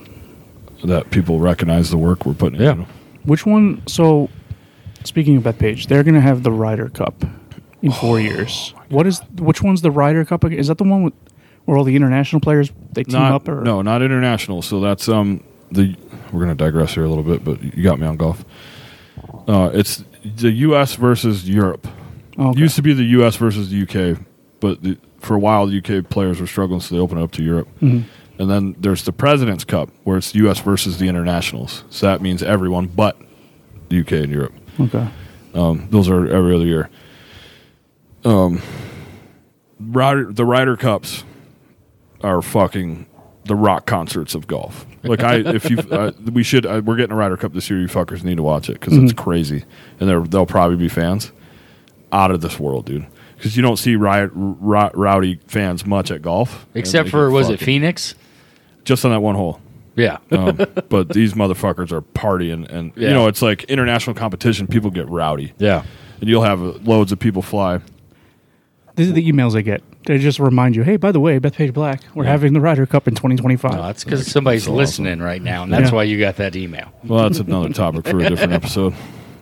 that people recognize the work we're putting. Yeah. in. you know? Which one? So, speaking of Bethpage, they're going to have the Ryder Cup in Oh four years. What is? Which one's the Ryder Cup? again? Is that the one with, where all the international players they team not up? Or no, not international. So that's um the we're gonna digress here a little bit, but you got me on golf. Uh, it's the U.S. versus Europe. Oh, okay. Used to be the U.S. versus the U.K., but the, for a while the U.K. players were struggling, so they opened it up to Europe. Mm-hmm. And then there's the President's Cup, where it's U.S. versus the internationals. So that means everyone but the U.K. and Europe. Okay. Um, those are every other year. Um, Ryder, the Ryder Cups are fucking the rock concerts of golf. Like I, if you, uh, we should, uh, we're getting a Ryder Cup this year. You fuckers need to watch it because it's Mm-hmm. crazy, and there they'll probably be fans out of this world, dude. Because you don't see riot, ro- rowdy fans much at golf, and Except they for get was it fucking- Phoenix? just on that one hole. Yeah. Um, but these motherfuckers are partying, and Yeah. you know it's like international competition. People get rowdy yeah. and you'll have loads of people fly. These are the emails I get. They just remind you, hey, by the way, Bethpage Black, we're having the Ryder Cup in 2025. No, that's because somebody's listening right now, and that's Yeah. why you got that email. Well, that's another topic for a different episode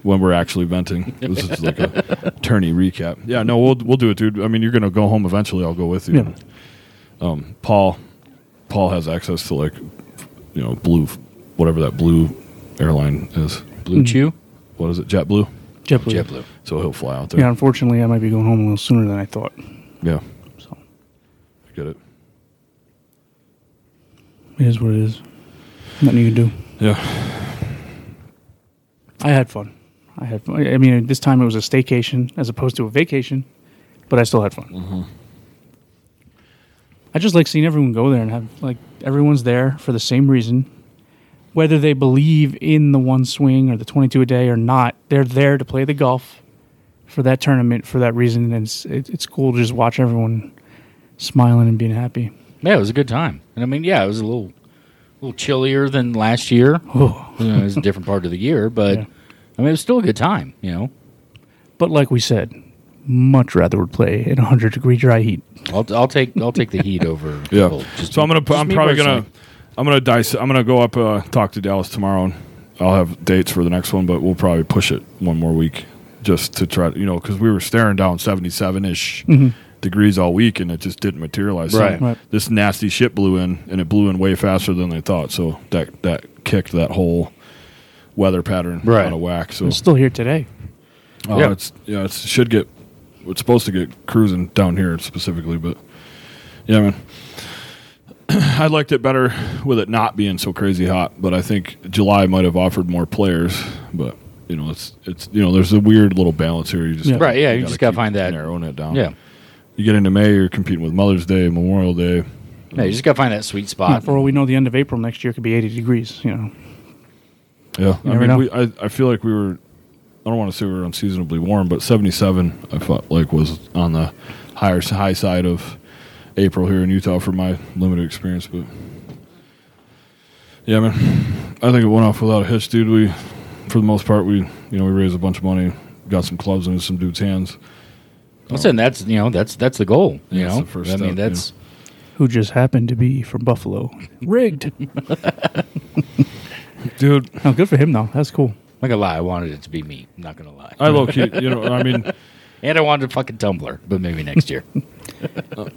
when we're actually venting. This is like a tourney recap. Yeah, no, we'll we'll do it, dude. I mean, you're gonna go home eventually. I'll go with you. Yeah. Um, Paul, Paul has access to like, you know, blue, whatever that blue airline is. Blue Mm. Chew, What is it? JetBlue. JetBlue. JetBlue. So he'll fly out there. Yeah, unfortunately, I might be going home a little sooner than I thought. Yeah. So I get it. it is what it is. Nothing you can do. Yeah. I had fun. I had fun. I mean, this time it was a staycation as opposed to a vacation, but I still had fun. I just like seeing everyone go there and have like everyone's there for the same reason. Whether they believe in the one swing or the 22 a day or not, they're there to play the golf for that tournament for that reason. And it's, it, it's cool to just watch everyone smiling and being happy. Yeah, it was a good time, and I mean, yeah, it was a little, little chillier than last year. Oh. You know, it was a different part of the year, but Yeah. I mean, it was still a good time. You know, But like we said, much rather would play in 100 degree dry heat. I'll, I'll take I'll take the heat over. Yeah. cold. Just- so I'm gonna. just I'm me probably gonna. personally. I'm gonna dice. I'm gonna go up. Uh, talk to Dallas tomorrow, and I'll have dates for the next one. But we'll probably push it one more week just to try. You know, because we were staring down 77 ish degrees all week, and it just didn't materialize. So Right. Right. This nasty shit blew in, and it blew in way faster than they thought. So that that kicked that whole weather pattern Right. out of whack. So It's still here today. uh, Yeah. it's yeah, it should get. It's supposed to get cruising down here specifically, but yeah, man. I liked it better with it not being so crazy hot, but I think July might have offered more players. But you know, it's it's you know, there's a weird little balance here. You just Yeah. Right, yeah, you just gotta keep find that. narrowing it down. yeah. you get into May, you're competing with Mother's Day, Memorial Day. Yeah, you just gotta find that sweet Yeah, spot. for all we know, the end of April next year could be 80 degrees. You know, Yeah, I never mean, know. we, I I feel like we were. I don't want to say we were unseasonably warm, but 77 I felt like was on the higher s- high side of April here in Utah for my limited experience. But yeah, man, I think it went off without a hitch, dude. We, for the most part, we you know we raised a bunch of money, got some clubs into some dudes' hands. Listen, that's you know that's that's the goal. You Yeah, it's know, the first I step, mean that's who just happened to be from Buffalo. Rigged. Dude, no, good for him though. That's cool. like a lie. I wanted it to be me. I'm not gonna lie, I low key, you know, I mean, and I wanted a fucking tumbler, but maybe next year.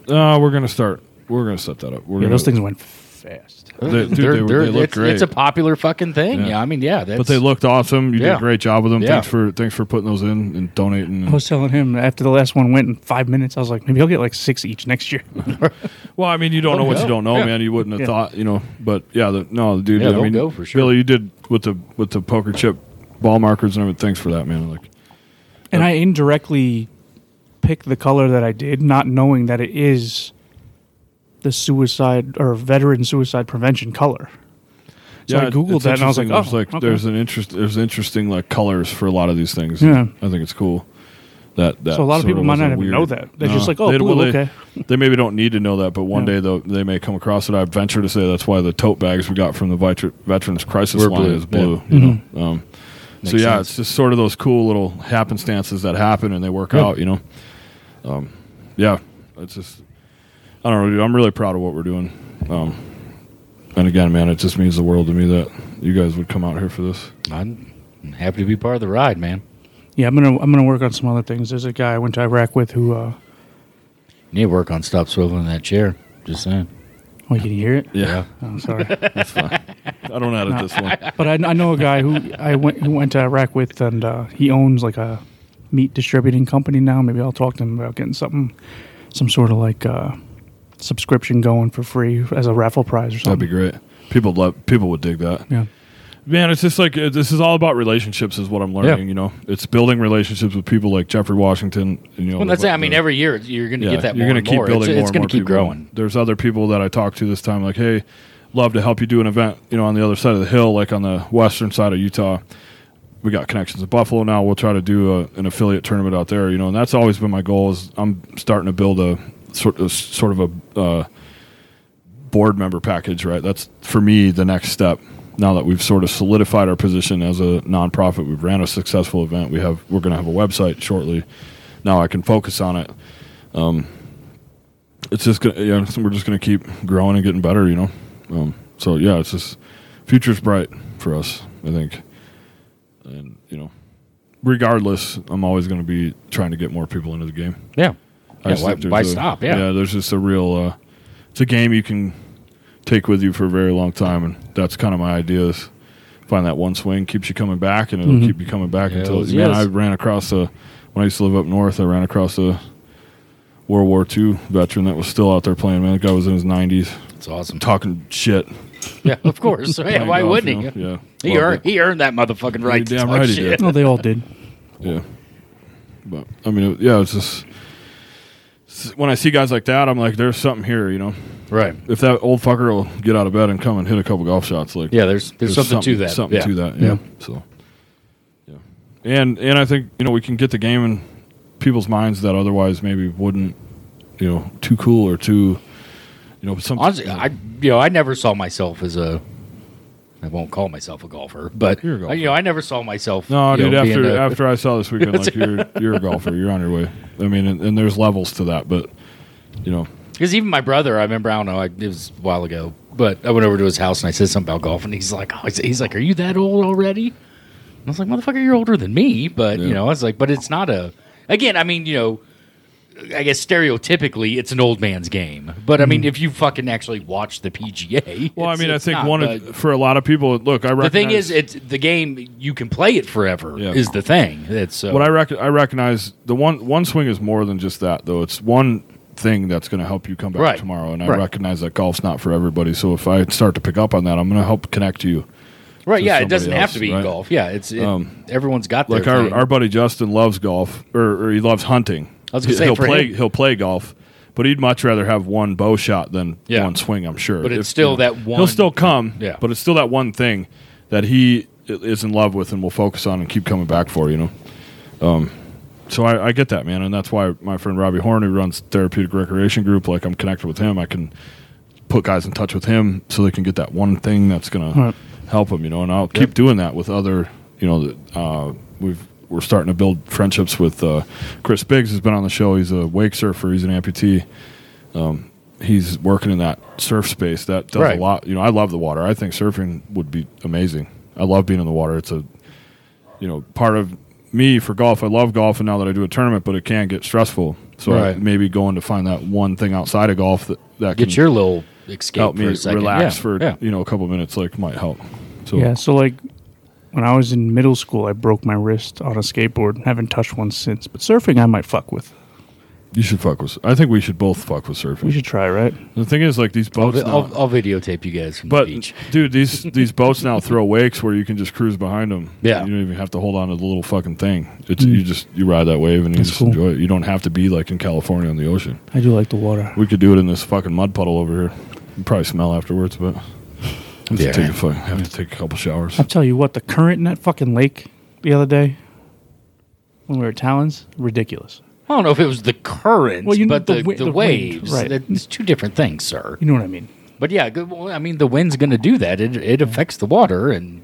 uh, we're gonna start. We're gonna set that up. We're Yeah, gonna, those things went fast. They- dude, They're- they were- they're- they looked it's, it's a great. popular fucking thing. Yeah. Yeah, I mean, yeah. That's, But they looked awesome. You did Yeah. a great job with them. Yeah. Thanks for thanks for putting those in and donating. I was telling him after the last one went in five minutes, I was like, maybe I'll get like six each next year. Well, I mean, you don't know what go. you don't know, Yeah. man. You wouldn't have Yeah. thought, you know. But yeah, the, no, dude. Yeah, I they'll mean, go for sure. Billy, you did with the with the poker chip ball markers and everything. Thanks for that, man. Like, and I indirectly picked the color that I did, not knowing that it is the suicide or veteran suicide prevention color. So I it- googled it's that and I was like, interesting. oh, There's, like, okay. there's an interest. There's interesting like colors for a lot of these things. Yeah. I think it's cool. That, that So a lot of sort people might was not a even weird- know that. They're just like, oh, blue, well, okay. They maybe don't need to know that, but one Yeah. day though they may come across it. I venture to say that's why the tote bags we got from the Viter- Veterans Crisis Were line blue, is yeah. blue. You know? um, so Mm. Makes yeah, sense. it's just sort of those cool little happenstances that happen and they work Yeah. out. You know, um, yeah, it's just I don't know. Dude, I'm really proud of what we're doing. Um, and again, man, it just means the world to me that you guys would come out here for this. I'm happy to be part of the ride, man. Yeah, I'm gonna I'm gonna work on some other things. There's a guy I went to Iraq with who. Uh, You need to work on stop swiveling that chair. Just saying. oh, can you hear it? Yeah, Oh, sorry. that's fine. I don't edit this one. but I, I know a guy who I went who went to Iraq with, and uh, he owns like a meat distributing company now. Maybe I'll talk to him about getting something, some sort of like uh, subscription going for free as a raffle prize or That'd be something. great. People would love. People would dig that. yeah. Man, it's just like uh, this is all about relationships, is what I'm learning. Yeah. You know, it's building relationships with people like Jeffrey Washington. You know, Well, that's the- it. I mean, the- every year you're going to yeah, get that. You're going gonna to keep building It's, more. it's and going more to keep people. growing. There's other people that I talked to this time, like, hey, love to help you do an event. You know, on the other side of the hill, like on the western side of Utah. We got connections in Buffalo now. We'll try to do a, an affiliate tournament out there. You know, and that's always been my goal. Is I'm starting to build a sort of sort of a. Uh, board member package, right? That's for me the next step. Now that we've sort of solidified our position as a nonprofit, we've ran a successful event. We have we're going to have a website shortly. Now I can focus on it. Um, it's just gonna, you know, so we're just going to keep growing and getting better, you know. Um, so yeah, it's just future's bright for us, I think. And you know, regardless, I'm always going to be trying to get more people into the game. Yeah. I Yeah, just why think there's why a- stop? Yeah. yeah. There's just a real. Uh, it's a game you can take with you for a very long time, and that's kind of my idea. Is find that one swing keeps you coming back, and it'll keep you coming back Mm-hmm. Yeah, until those- man. yes. I ran across a when I used to live up north. I ran across a World War II veteran that was still out there playing. Man, the guy was in his 90s, It's awesome. talking shit. Yeah, of course. yeah, playing why golf, wouldn't you he? know? Yeah, He, Loved earned, it. he earned that motherfucking right to You're damn talk right he shit. did. No, they all did. Yeah. But I mean, it- yeah, it's just s- when I see guys like that, I'm like, there's something here, you know. Right. if that old fucker will get out of bed and come and hit a couple golf shots, like Yeah, there's there's, something, to that. something yeah. to that, yeah. Yeah. So, yeah, and and I think you know we can get the game in people's minds that otherwise maybe wouldn't, you know, too cool or too, you know, some Honestly, I you know I never saw myself as a. I won't call myself a golfer, but You're a golfer. you know I never saw myself. No, you dude. know, being after a- after I saw this weekend, like you're you're a golfer, you're on your way. I mean, and, and there's levels to that, but you know, Because even my brother, I remember, I don't know, I, it was a while ago, but I went over to his house and I said something about golf, and he's like, oh, he's- he's like, are you that old already? And I was like, motherfucker, you're older than me, but Yeah. you know, I was like, but it's not a. Again, I mean, you know, I guess stereotypically, it's an old man's game, but I mean, if you fucking actually watch the PGA, Mm-hmm. well, I it's- mean, I it's think not, one but of, for a lot of people, look, I the thing recognize- is, it's the game you can play it forever Yeah. is the thing. It's uh, What I rec- I recognize the one one swing is more than just that though. It's one thing that's going to help you come back Right. tomorrow, and I Right. recognize that golf's not for everybody. So if I start to pick up on that, I'm going to help connect you. right? Yeah, it somebody doesn't have else, to be right? golf. Yeah, it's it, Um, everyone's got their Like our, thing. our buddy Justin loves golf, or, or he loves hunting. I was gonna He- say, he'll for play him- he'll play golf, but he'd much rather have one bow shot than Yeah. one swing. I'm sure, But it's still that He'll one- still come, Yeah. But it's still that one thing that he i- is in love with and will focus on and keep coming back for. You know. Um, so I, I get that, man, and that's why my friend Robbie Horn, who runs Therapeutic Recreation Group, like I'm connected with him. I can put guys in touch with him so they can get that one thing that's gonna Right. help them, you know. And I'll keep doing that with other, you know, the- uh, we've we're starting to build friendships with uh, Chris Biggs, who's been on the show. He's a wake surfer. He's an amputee. Um, he's working in that surf space. That does Right. a lot. You know, I love the water. I think surfing would be amazing. I love being in the water. It's a you know, part of me for golf. I love golf, and now that I do a tournament, but it can get stressful. So I- Right. maybe going to find that one thing outside of golf that that get can your little escape help me for a second. relax Yeah, for yeah. you know a couple minutes like might help. So Yeah, so like when I was in middle school, I broke my wrist on a skateboard. Haven't touched one since. But surfing, I might fuck with. you should fuck with. I think we should both fuck with surfing. We should try, right? The thing is, like these I'll, boats. now- I'll, I'll videotape you guys from But the beach. dude, these these boats now throw wakes where you can just cruise behind them. Yeah. you don't even have to hold on to the little fucking thing. It's you just you ride that wave and you Mm. That's just cool. enjoy it. You don't have to be like in California on the ocean. I do like the water. We could do it in this fucking mud puddle over here. You probably smell afterwards, but have Yeah. to take a fuck, have to take a couple showers. I'll tell you what, the current in that fucking lake the other day when we were at Talons, ridiculous. I don't know if it was the current, Well, you know, but the the, the, wi- the wind, waves. right. That- It's two different things, sir. You know what I mean? But yeah, good, well, I mean, the wind's going to do that. It, it affects the water, and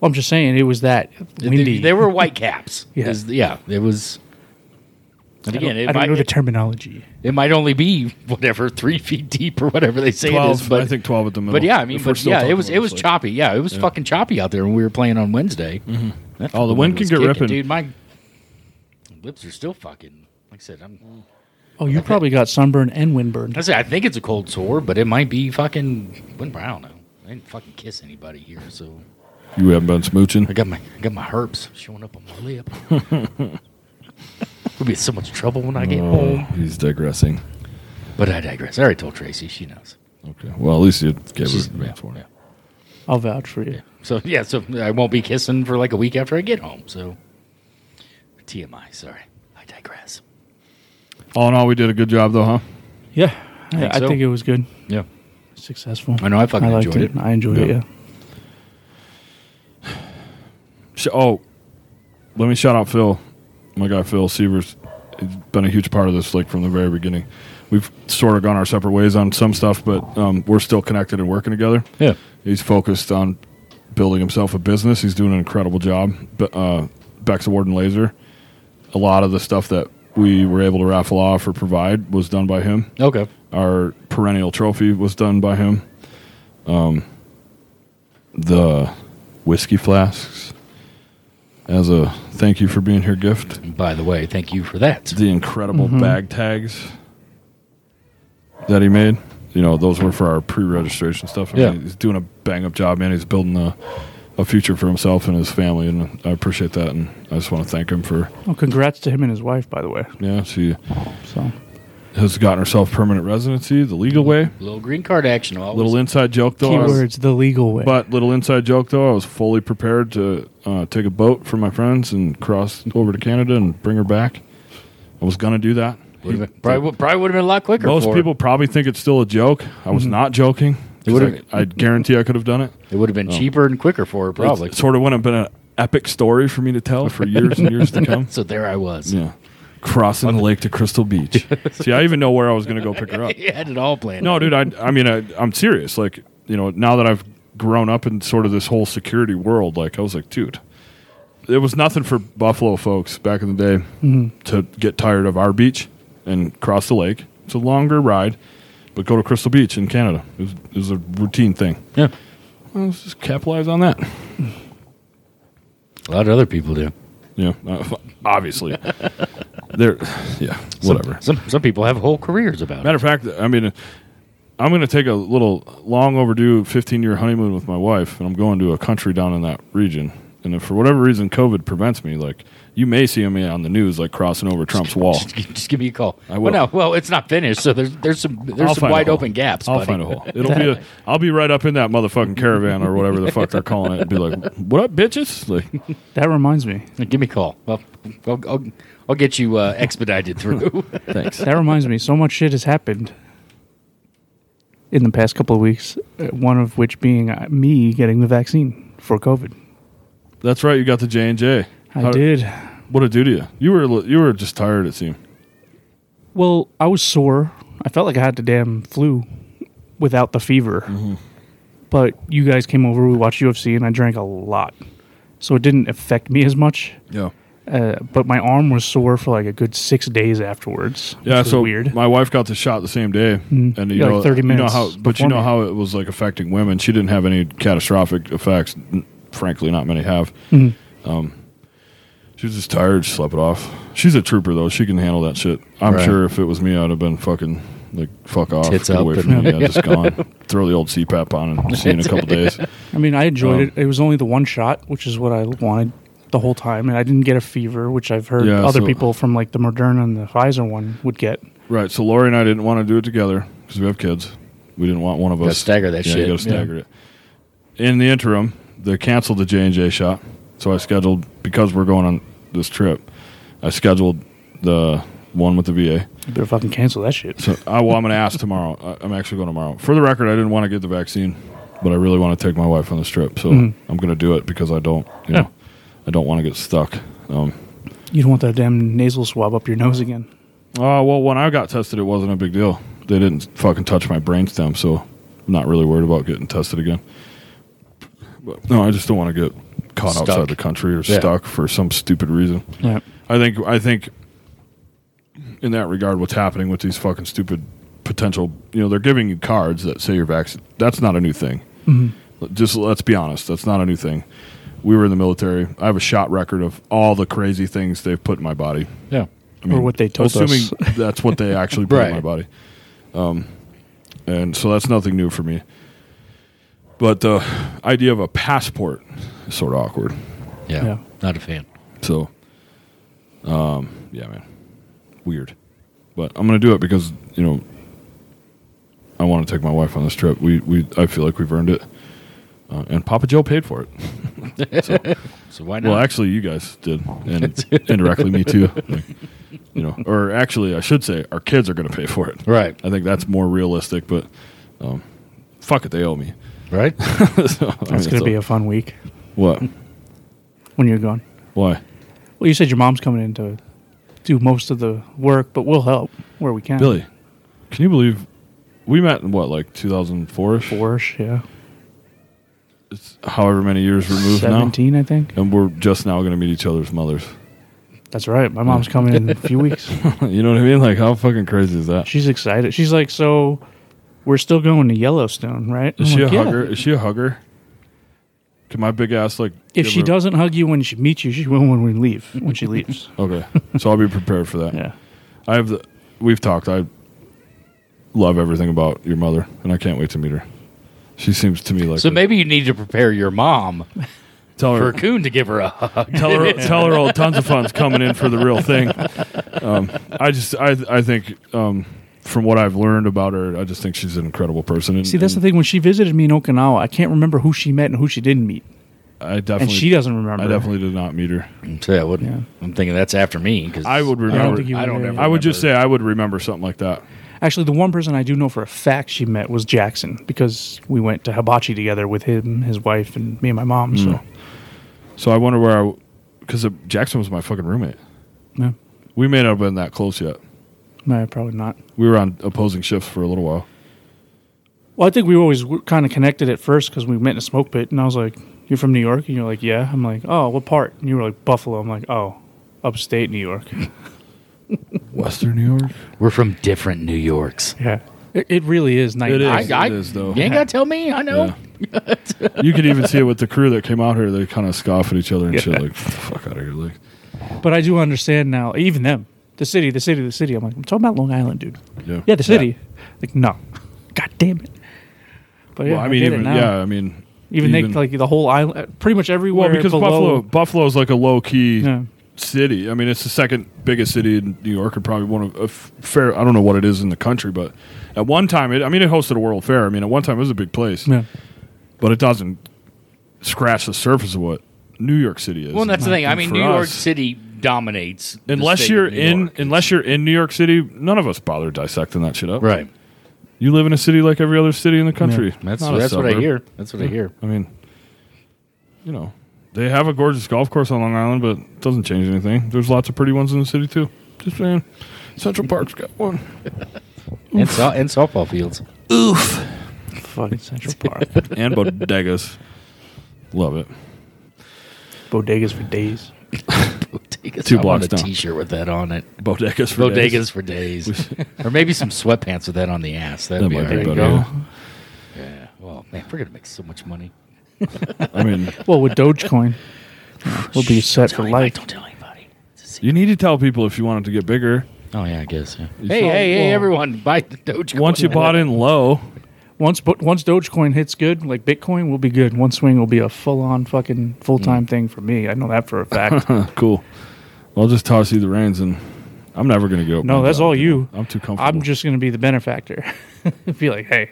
Well, I'm just saying it was that windy. They, they were white caps. Yeah. Is- yeah, it was. And I don't, again, I it don't know might, the it, terminology. might only be whatever three feet deep or whatever they say it is. twelve, But I think twelve at the middle. But yeah, I mean, If we're but still yeah, talking it was about it was this, like- choppy. Yeah, it was fucking choppy out there when we were playing on Wednesday. Oh, That the fucking wind can was get kicking, ripping. dude. My lips are still fucking. Like I said, I'm. Oh, you probably got sunburn and windburn. I say I think it's a cold sore, but it might be fucking. wind- I don't know. I didn't fucking kiss anybody here, so You haven't been smooching. I got my I got my herpes showing up on my lip. We'll be in so much trouble when I get Oh, home. he's digressing. But I digress. I already told Tracy. She knows. Okay. Well, at least you gave She's- us an advance warning. yeah. I'll vouch for you. So yeah, so I won't be kissing for like a week after I get home. So TMI, sorry. I digress. All in all, we did a good job though, huh? Yeah, I, think I so. think it was good, Yeah. successful. I know, I fucking liked enjoyed it. I enjoyed it. Yeah. Yeah. Sh- Oh, let me shout out Phil. My guy Phil Severs has been a huge part of this, like from the very beginning. We've sort of gone our separate ways on some stuff, but um, we're still connected and working together. Yeah. He's focused on building himself a business. He's doing an incredible job. But, uh, Beck's Award and Laser. A lot of the stuff that we were able to raffle off or provide was done by him. Okay. Our perennial trophy was done by him. Um, the whiskey flasks as a thank you for being here gift. By the way, thank you for that. The incredible bag tags that he made. You know, those were for our pre-registration stuff. I Yeah. mean, he's doing a bang-up job, man. He's building a, a future for himself and his family, and I appreciate that. And I just want to thank him for Well, congrats to him and his wife, by the way. yeah. She uh, So has gotten herself permanent residency the legal way. Little green card action. Always. Little inside joke though. I was- keywords the legal way. But little inside joke though, I was fully prepared to uh, take a boat for my friends and cross over to Canada and bring her back. I was gonna do that. Would've been- probably, would- probably would have been a lot quicker. Most for Mm-hmm. people probably think it's still a joke. I was not joking. 'cause would've- I, I guarantee I could have done it. Her. It would have Oh. been cheaper and quicker for her, probably. It sort of would have been an epic story for me to tell for years and years to come. so there I was. Yeah, crossing the lake to Crystal Beach. See, I even know where I was gonna go pick her up. You had it all planned. No, dude. I, I mean, I, I'm serious. Like, you know, now that I've grown up in sort of this whole security world, like, I was like, dude, it was nothing for Buffalo folks back in the day to get tired of our beach and cross the lake. It's a longer ride, but go to Crystal Beach in Canada. It was, it was a routine thing. Yeah. Well, let's just capitalize on that. A lot of other people do. Yeah, uh, obviously. there, yeah, whatever. Some some, some people have whole careers about it. Matter of fact, I mean, I'm going to take a little long overdue 15 year honeymoon with my wife, and I'm going to a country down in that region. And if for whatever reason COVID prevents me, like you may see me on the news, like crossing over Trump's wall. Just, just give me a call. I will. Well, no, well, it's not finished, so there's there's some there's I'll some find a wide hole. open gaps. I'll buddy. find a hole. It'll be. A, I'll be right up in that motherfucking caravan or whatever the fuck they're calling it, and be like, "What up, bitches?" Like, that reminds me. Give me a call. Well, I'll, I'll, I'll get you uh, expedited through. thanks. That reminds me, so much shit has happened in the past couple of weeks. uh, One of which being uh, me getting the vaccine for COVID. That's right. You got the J and J. Oh. I did. What it do to you? You were you were just tired. It seemed. Well, I was sore. I felt like I had the damn flu without the fever. But you guys came over, we watched UFC, and I drank a lot. So it didn't affect me as much. Yeah. Uh, but my arm was sore for like a good six days afterwards. which Yeah, was so weird. Mm-hmm. my wife got the shot the same day, and you Yeah, know, like 30 you know minutes how, but you before know me. how it was like affecting women. She didn't have any catastrophic effects. N- Frankly, not many have. Um, Mm-hmm. she was just tired, slept it off. She's a trooper though; she can handle that shit. I'm Right. sure if it was me, I'd have been fucking Like fuck off, Tits get up away and- from me. Yeah, just gone. Throw the old CPAP on and see you in a couple days. I mean, I enjoyed Um, it. It was only the one shot, which is what I wanted the whole time, and I didn't get a fever, which I've heard Yeah, other so- people from like the Moderna and the Pfizer one would get. Right. So Lori and I didn't want to do it together because we have kids. We didn't want one of Gotta us stagger that yeah, shit. You got to stagger it. In the interim, they canceled the J and J shot, so I scheduled because we're going on this trip. I scheduled the one with the VA. You better fucking cancel that shit. So, I, well, I'm going to ask tomorrow. I, I'm actually going tomorrow. For the record, I didn't want to get the vaccine, but I really want to take my wife on this trip, so I'm going to do it because I don't, you know, I don't want to get stuck. Um, You don't want that damn nasal swab up your nose again. Uh, well, when I got tested, it wasn't a big deal. They didn't fucking touch my brainstem, so I'm not really worried about getting tested again. But no, I just don't want to get caught Stuck. outside the country or Yeah. stuck for some stupid reason. Yeah. I think I think in that regard, what's happening with these fucking stupid potential, you know, they're giving you cards that say you're vaccinated. That's not a new thing. Mm-hmm. Just let's be honest, that's not a new thing. We were in the military. I have a shot record of all the crazy things they've put in my body Yeah. or what they told assuming us. that's what they actually put in my Right. body. Um, and so that's nothing new for me. But the idea of a passport is sort of awkward. yeah. Yeah. Not a fan. So, um, yeah, man, weird. But I'm gonna do it because you know I want to take my wife on this trip. We we I feel like we've earned it, uh, and Papa Joe paid for it. so, So why not? well, actually, you guys did, and indirectly me too. Like, you know, or actually, I should say, our kids are going to pay for it. Right. I think that's more realistic, but um, fuck it, they owe me. right? so, I That's mean, gonna so- be a fun week what? when you're gone. Why? Well, you said your mom's coming in to do most of the work, but we'll help where we can. Billy, can you believe we met in what, like 2004 ish? Four-ish, yeah. It's however many years removed Seventeen, I think. now. And we're just now going to meet each other's mothers. That's right. My mom's coming in a few weeks. you know what I mean? Like, how fucking crazy is that? She's excited. She's like, so we're still going to Yellowstone, right? Is I'm she a like, "Yeah." hugger? Is she a hugger? Can my big ass, like. If give she her- doesn't hug you when she meets you, she will when we leave. When she leaves, Okay. So I'll be prepared for that. yeah. I have the. We've talked. I love everything about your mother, and I can't wait to meet her. She seems to me like So a- maybe you need to prepare your mom tell for her, a coon to give her a hug. tell her, tell her old tons of fun's coming in for the real thing. Um, I just, I, I think um, from what I've learned about her, I just think she's an incredible person. And, See, that's the and thing. When she visited me in Okinawa, I can't remember who she met and who she didn't meet, I definitely, and she doesn't remember. I definitely did not meet her. So yeah, I wouldn't. Yeah. I'm thinking that's after me because I would I don't remember. think you I don't were ever. there. I would just say remember. I would remember something like that. Actually, the one person I do know for a fact she met was Jackson because we went to hibachi together with him, his wife, and me and my mom. So, So I wonder where I, because Jackson was my fucking roommate. Hmm. yeah, We may not have been that close yet. no, probably not. We were on opposing shifts for a little while. Well, I think we always were kind of connected at first because we met in a smoke pit, and I was like, "You're from New York?" And you're like, "Yeah." I'm like, "Oh, what part?" And you were like, "Buffalo." I'm like, "Oh, upstate New York." Western New York. we're from different New Yorks. yeah, it, it really is nice. It is. I, I, is, though. You ain't gotta tell me. I know. you could even see it with the crew that came out here. They kind of scoff at each other and shit, Yeah. like "fuck out of here." Like, But I do understand now, even them, the city, the city, the city. I'm like, I'm talking about Long Island, dude. yeah, Yeah, the city. Like, no, god damn it. But yeah, Well, I mean, get it even now. yeah, I mean, even, they like the whole island, pretty much everywhere. well, because below- Buffalo, Buffalo is like a low key Yeah. city. I mean, it's the second biggest city in New York, or probably one of a f- fair. I don't know what it is in the country, but at one time, it. I mean, it hosted a World Fair. I mean, at one time, it was a big place, Yeah. but it doesn't scratch the surface of what New York City is. Well, and that's the thing. I And mean, for New York us- City dominates. the Unless state of you're New in, York. unless you're in New York City, none of us bother dissecting that shit up. right. You live in a city like every other city in the country. That's Not a that's what I suburb. hear. That's what I hear. I mean, you know, they have a gorgeous golf course on Long Island, but it doesn't change anything. There's lots of pretty ones in the city too. Just saying, Central Park's got one. And, so, and softball fields. Fucking Central Park. and bodegas. Love it. Bodegas for days. Bodegas. Two I blocks want a down. T-shirt with that on it. Bodegas for Bodegas days. for days, or maybe some sweatpants with that on the ass. That'd That be might be alright. better. go. yeah. Yeah. Well, man, we're gonna make so much money. I mean, Well, with Dogecoin, we'll be set for life. tell anybody. you need to tell people if you want it to get bigger. Oh yeah, I guess. Yeah. You Hey, saw- hey, hey, well, everyone! Buy the Dogecoin. Once you bought in low, Once, but once Dogecoin hits good, like Bitcoin, will be good. One swing will be a full-on fucking full-time thing for me. I know that for a fact. huh, cool. I'll just toss you the reins, and I'm never gonna go. No, that's all you. I'm too comfortable. I'm just going to be the benefactor. be like, hey,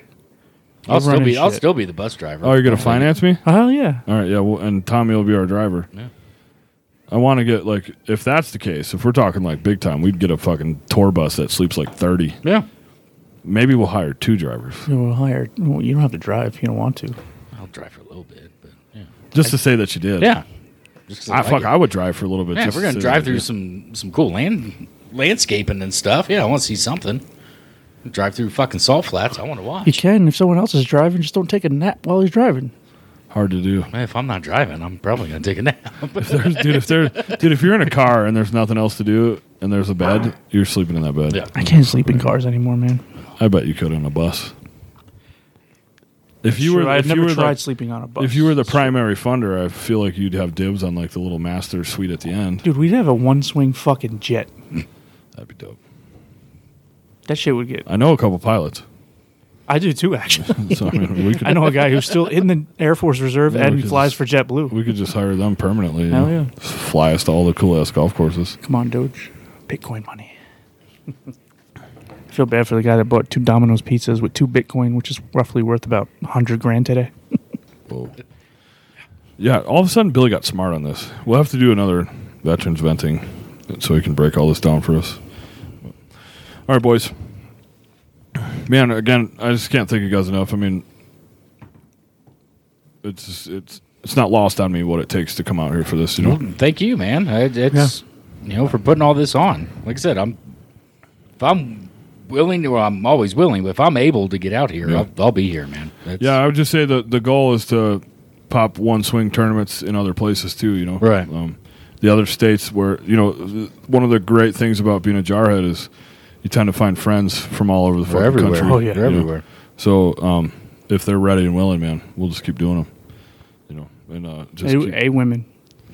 I'll I'm still running be. I'll shit. still be the bus driver. Oh, you're gonna finance me? oh yeah, All right, yeah. Well, and Tommy will be our driver. Yeah. I want to get like if that's the case, if we're talking like big time, we'd get a fucking tour bus that sleeps like thirty. Yeah. Maybe we'll hire two drivers you were hired. Well, you don't have to drive if you don't want to. I'll drive for a little bit, but yeah. just to say that you did. Yeah. Just 'cause I, Ah, fuck, it. I would drive for a little bit. Yeah, if just we're to say gonna drive that through you- some some cool land landscaping and stuff. Yeah, I want to see something. Drive through fucking salt flats. I want to You watch. can if someone else is driving. Just don't take a nap while he's driving. Hard to do, Man, if I'm not driving, I'm probably gonna take a nap. There's- dude. If there, dude, if you're in a car and there's nothing else to do and there's a bed, you're sleeping in that bed. Yeah. I can't sleep in cars anymore, man. I bet you could on a bus. If you Sure, were, I've if you never were tried the- sleeping on a bus. If you were the primary funder, I feel like you'd have dibs on like the little master suite at the end. dude, we'd have a one swing fucking jet. That'd be dope. That shit would get. I know a couple pilots, I do too, actually. so I mean, we could I know a guy who's still in the Air Force Reserve Yeah, and because- flies for JetBlue. we could just hire them permanently. you Hell know? yeah. Fly us to all the cool ass golf courses. Come on, Doge. Bitcoin money. I feel bad for the guy that bought two Domino's pizzas with two Bitcoin, which is roughly worth about 100 grand today. Whoa. Yeah, all of a sudden Billy got smart on this. We'll have to do another veterans venting so he can break all this down for us. All right, boys. Man, again, I just can't thank you guys enough. I mean, it's just- it's it's not lost on me what it takes to come out here for this. You know, Thank you, man. I- It's you know for putting all this on. Like I said, I'm if I'm willing to, well, I'm always willing. But if I'm able to get out here, Yeah. I'll, I'll be here, man. That's- Yeah, I would just say that the goal is to pop one swing tournaments in other places too. You know, Right. Um, the other states where you know th- one of the great things about being a jarhead is you tend to find friends from all over the We're fucking everywhere. country. Oh, you yeah. We're know? everywhere. So um, if they're ready and willing, man, we'll just keep doing them. You know, and uh, just keep- A, a women.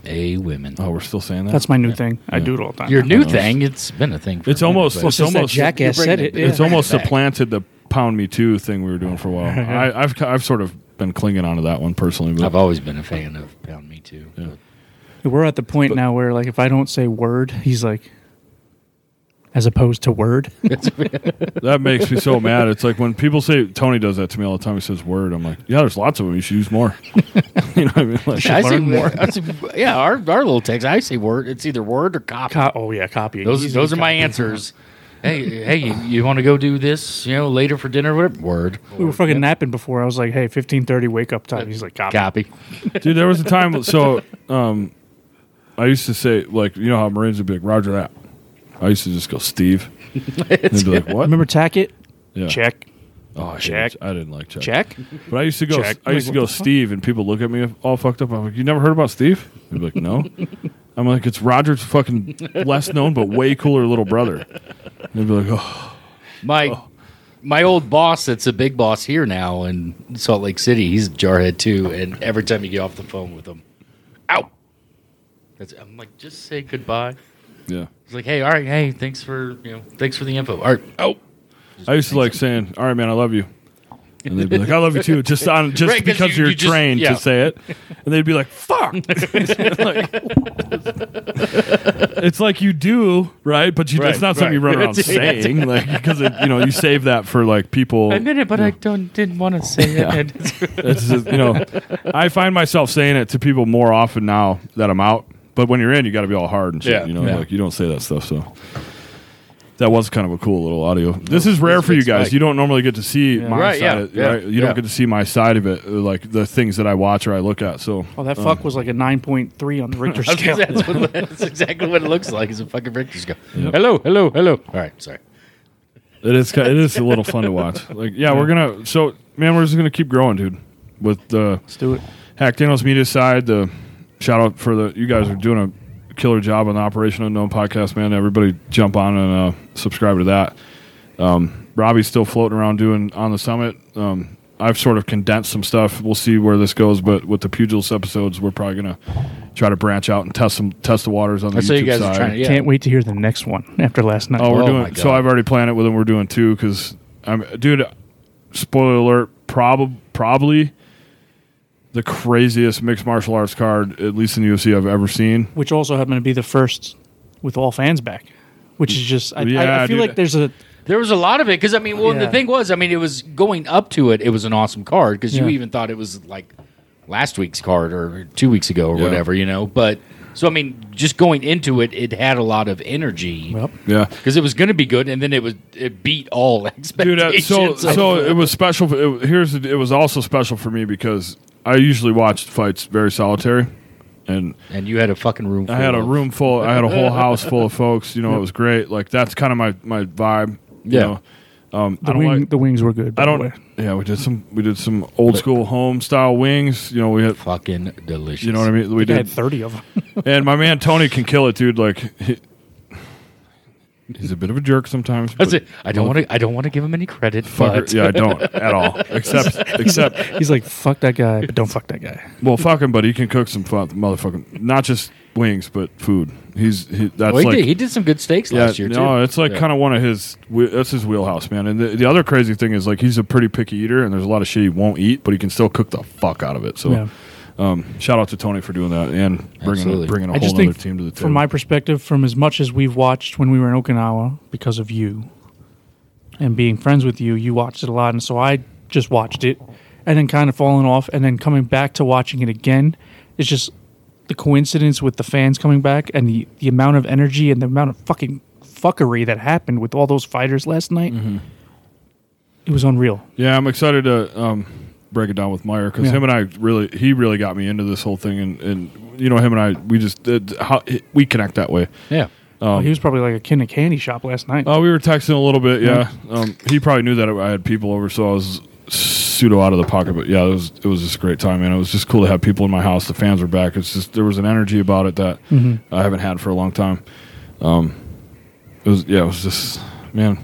A women. oh, we're still saying that. That's my new thing. I do it all the time. Your now. new knows? thing. It's been a thing. For It's a minute, almost- but- it's almost jackass you're said bringing it. it yeah. it's almost Back. supplanted the pound me too thing we were doing for a while. I, I've I've sort of been clinging onto that one personally, but I've always been a fan of Pound Me Too. We're at the point now where, like, if I don't say word, he's like, as opposed to word. That makes me so mad. It's like when people say Tony does that to me all the time. He says word. I'm like, yeah, there's lots of them. You should use more. you know what I mean? Like, Yeah, I say, learn more. I say- yeah, our, our little text. I say word. It's either word or copy. Co- oh yeah, copy. those Easy those are my copy. answers. hey, hey, you, you want to go do this? You know, later for dinner. Whatever. Word. We were fucking napping before. I was like, hey, fifteen thirty, wake up time. He's like, copy. Copy. dude, there was a time. So, um, I used to say like, you know how Marines would be like, Roger that. I used to just go Steve. And they'd be like, what? Remember Tackett? Yeah. Check, Oh, I Check. Didn't, I didn't like check. check. But I used to go. Check. I used Like, to go what the fuck? Steve, and people look at me all fucked up. I'm like, you never heard about Steve? They'd be like, no. I'm like, it's Roger's fucking less known but way cooler little brother. They'd be like, oh. My my old boss. That's a big boss here now in Salt Lake City. He's a jarhead too. And every time you get off the phone with him, ow. That's, I'm like, just say goodbye. Yeah. He's like, hey, all right, hey, thanks for you know, thanks for the info. All right, oh. I used to like saying, "All right, man, I love you," and they'd be like, "I love you too," just on just Right, 'cause because you- you, are you just- trained yeah. to say it, and they'd be like, "Fuck!" Like, it's like you do right, but you, Right, it's not something you right. run around It's- saying, like because it, you know you save that for like people. I meant it, but I don't didn't want to say Yeah. it. It's just, you know, I find myself saying it to people more often now that I'm out. But when you're in, you got to be all hard and shit. Yeah, you know, yeah. like you don't say that stuff. So that was kind of a cool little audio. This is rare for you it's guys. like- You don't normally get to see my Right, side. yeah, of- yeah, right? You yeah. don't get to see my side of it, uh, like the things that I watch or I look at. So Oh, that fuck was like a nine point three on the Richter scale. that's, what, that's exactly what it looks like. Is a fucking Richter go. Hello, hello, hello. All right, sorry. It is. ki- It is a little fun to watch. Like, yeah, we're gonna. So, man, we're just gonna keep growing, dude. With the Let's do it. Hack Daniels Media side, the shout out for the you guys are doing a killer job on the Operation Unknown podcast, man. Everybody jump on and uh, subscribe to that. Um, Robbie's still floating around doing on the summit. Um, I've sort of condensed some stuff. We'll see where this goes, but with the pugilist episodes, we're probably gonna try to branch out and test some test the waters on the I YouTube saw you guys side. are trying to. Yeah. Can't wait to hear the next one after last night. Oh, we're Oh, my doing. So God. I've already planned it with them. We're doing two because I'm, dude. Spoiler alert. Probably, probably the craziest mixed martial arts card, at least in the UFC, I've ever seen. which also happened to be the first with all fans back, which is just I, I- I, Yeah, feel dude. like there's a There was a lot of it because I mean, well, Yeah. the thing was, I mean, it was going up to it. It was an awesome card because you Yeah. even thought it was like last week's card or two weeks ago or Yeah. whatever, you know. But so I mean, just going into it, it had a lot of energy Yep. Yeah. because it was going to be good, and then it was it beat all Dude, uh, expectations. so I- so it was special. It, here's the- it was also special for me because I usually watched fights very solitary, and and you had a fucking room. I had a full of- room full. I had a whole house full of folks. You know, it was great. Like that's kind of my my vibe. Yeah. You know? Um, I the, don't wing, like- the wings were good. By I The way. don't. Yeah, we did some. We did some old school home style wings. You know, we had. Fucking delicious. You know what I mean? We I had did. thirty of them. And my man Tony can kill it, dude. Like he, he's a bit of a jerk sometimes. That's but it. I don't want to. I don't want to give him any credit. fucker- but yeah, I don't at all. Except except He's like, "Fuck that guy," but don't fuck that guy. well, fuck him, but he can cook some fun, motherfucking not just wings, but food. He's he, that's Well, he, like did, he did some good steaks last year too. no, it's like Yeah. kind of one of his. whe- That's his wheelhouse, man. And the, the other crazy thing is like he's a pretty picky eater, and there's a lot of shit he won't eat, but he can still cook the fuck out of it. So, Yeah. um, shout out to Tony for doing that and bringing Absolutely. bringing a I whole just other think team to the table. from my perspective, from as much as we've watched when we were in Okinawa because of you and being friends with you, you watched it a lot, and so I just watched it, and then kind of falling off, and then coming back to watching it again. It's just the coincidence with the fans coming back and the the amount of energy and the amount of fucking fuckery that happened with all those fighters last night. Mm-hmm. It was unreal. yeah, I'm excited to um, break it down with Meyer because Yeah. him and I really he really got me into this whole thing, and, and you know him and I we just uh, how, we connect that way. yeah. Um, he was probably like a kid in a candy shop last night. Oh, we were texting a little bit. Yeah, um, he probably knew that I had people over, so I was pseudo out of the pocket. But yeah, it was it was just a great time, man. It was just cool to have people in my house. The fans were back. It's just there was an energy about it that I haven't had for a long time. Um, it was yeah, it was just man,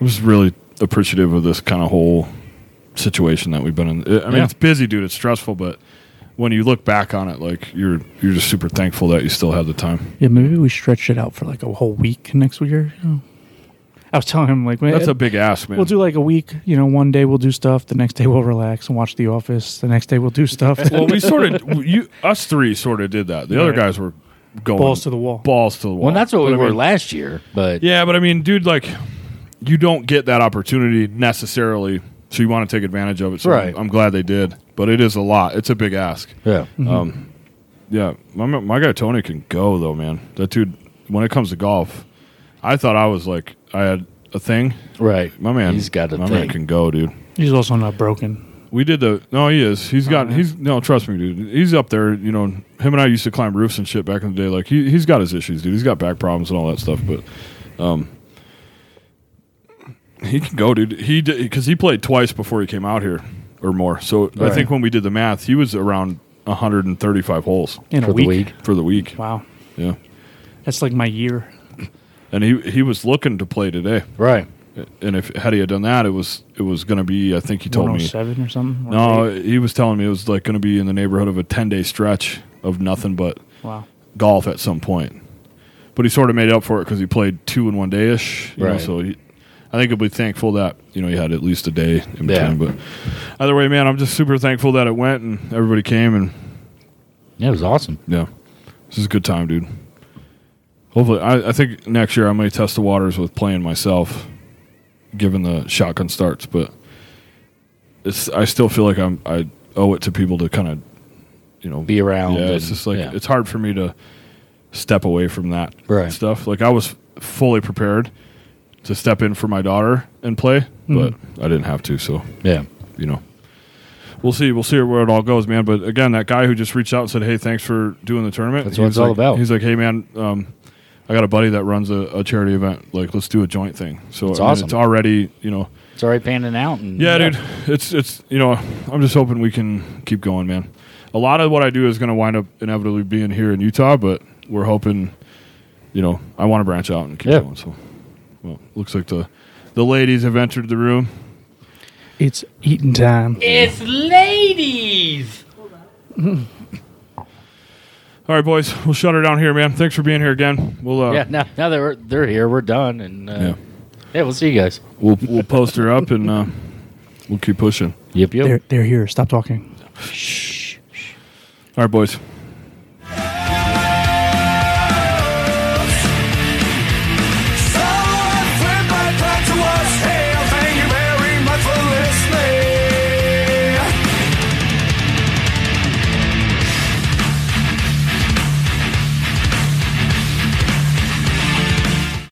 I was really appreciative of this kind of whole situation that we've been in. I mean, Yeah. it's busy, dude. It's stressful, but when you look back on it, like you're you're just super thankful that you still had the time. Yeah, maybe we stretch it out for like a whole week next week. Or, you know. I was telling him like, man, That's a big ask, man. we'll do like a week. You know, one day we'll do stuff. The next day we'll relax and watch The Office. The next day we'll do stuff. well, we sort of you us three sort of did that. The other Right. guys were going Balls to the wall. Balls to the wall. Well, that's what But we I were mean- last year, but Yeah, but I mean, dude, like you don't get that opportunity necessarily, so you want to take advantage of it. So Right. I'm, I'm glad they did, but it is a lot. It's a big ask. yeah. Mm-hmm. Yeah, my my guy Tony can go though, man. That dude, when it comes to golf, I thought I was like I had a thing. Right. My man, He's got a my man thing. can go, dude. He's also not broken. We did the no. He is. Oh, He's got. He's no. Trust me, dude. He's up there. You know, him and I used to climb roofs and shit back in the day. Like he, he's got his issues, dude. He's got back problems and all that stuff. But um, he can go, dude. He did because he played twice before he came out here or more. So I Right. think when we did the math, he was around 135 holes In For the a week. week. for the week. Wow, Yeah, that's like my year. and he he was looking to play today. Right. And if had he had done that, it was it was going to be. I think he told One oh me seven or something. No, he was telling me it was like going to be in the neighborhood of a 10 day stretch of nothing but Wow. golf at some point. But he sort of made up for it because he played two in one day ish. Right. So he, I think he'll be thankful that, you know, he had at least a day in between. Yeah. But either way, man, I'm just super thankful that it went and everybody came. And Yeah, it was awesome. yeah, this is a good time, dude. Hopefully, I, I think next year I may test the waters with playing myself, given the shotgun starts. But it's I still feel like I'm I owe it to people to kind of you know Be around Yeah, it's and- just like yeah. it's hard for me to step away from that Right. stuff. Like I was fully prepared to step in for my daughter and play, but I didn't have to. So Yeah. you know, we'll see. We'll see where it all goes, man. But again, that guy who just reached out and said, "Hey, thanks for doing the tournament." That's He what was it's all like- about. He's like, "Hey, man, um, I got a buddy that runs a, a charity event. Like, let's do a joint thing." So That's I mean, awesome. It's already, you know, It's already panning out. And yeah, dude. It's it's you know, I'm just hoping we can keep going, man. A lot of what I do is going to wind up inevitably being here in Utah, but we're hoping, you know, I want to branch out and keep Yeah. going. So, well, looks like the the ladies have entered the room. It's eating time. It's ladies. All right, boys, we'll shut her down here, man. Thanks for being here again. We'll uh, Yeah, now, now that we're, they're here, we're done. And uh, Yeah. yeah. we'll see you guys. we'll we'll post her up and uh, we'll keep pushing. Yep, yep. They're, they're here. Stop talking. All right, boys.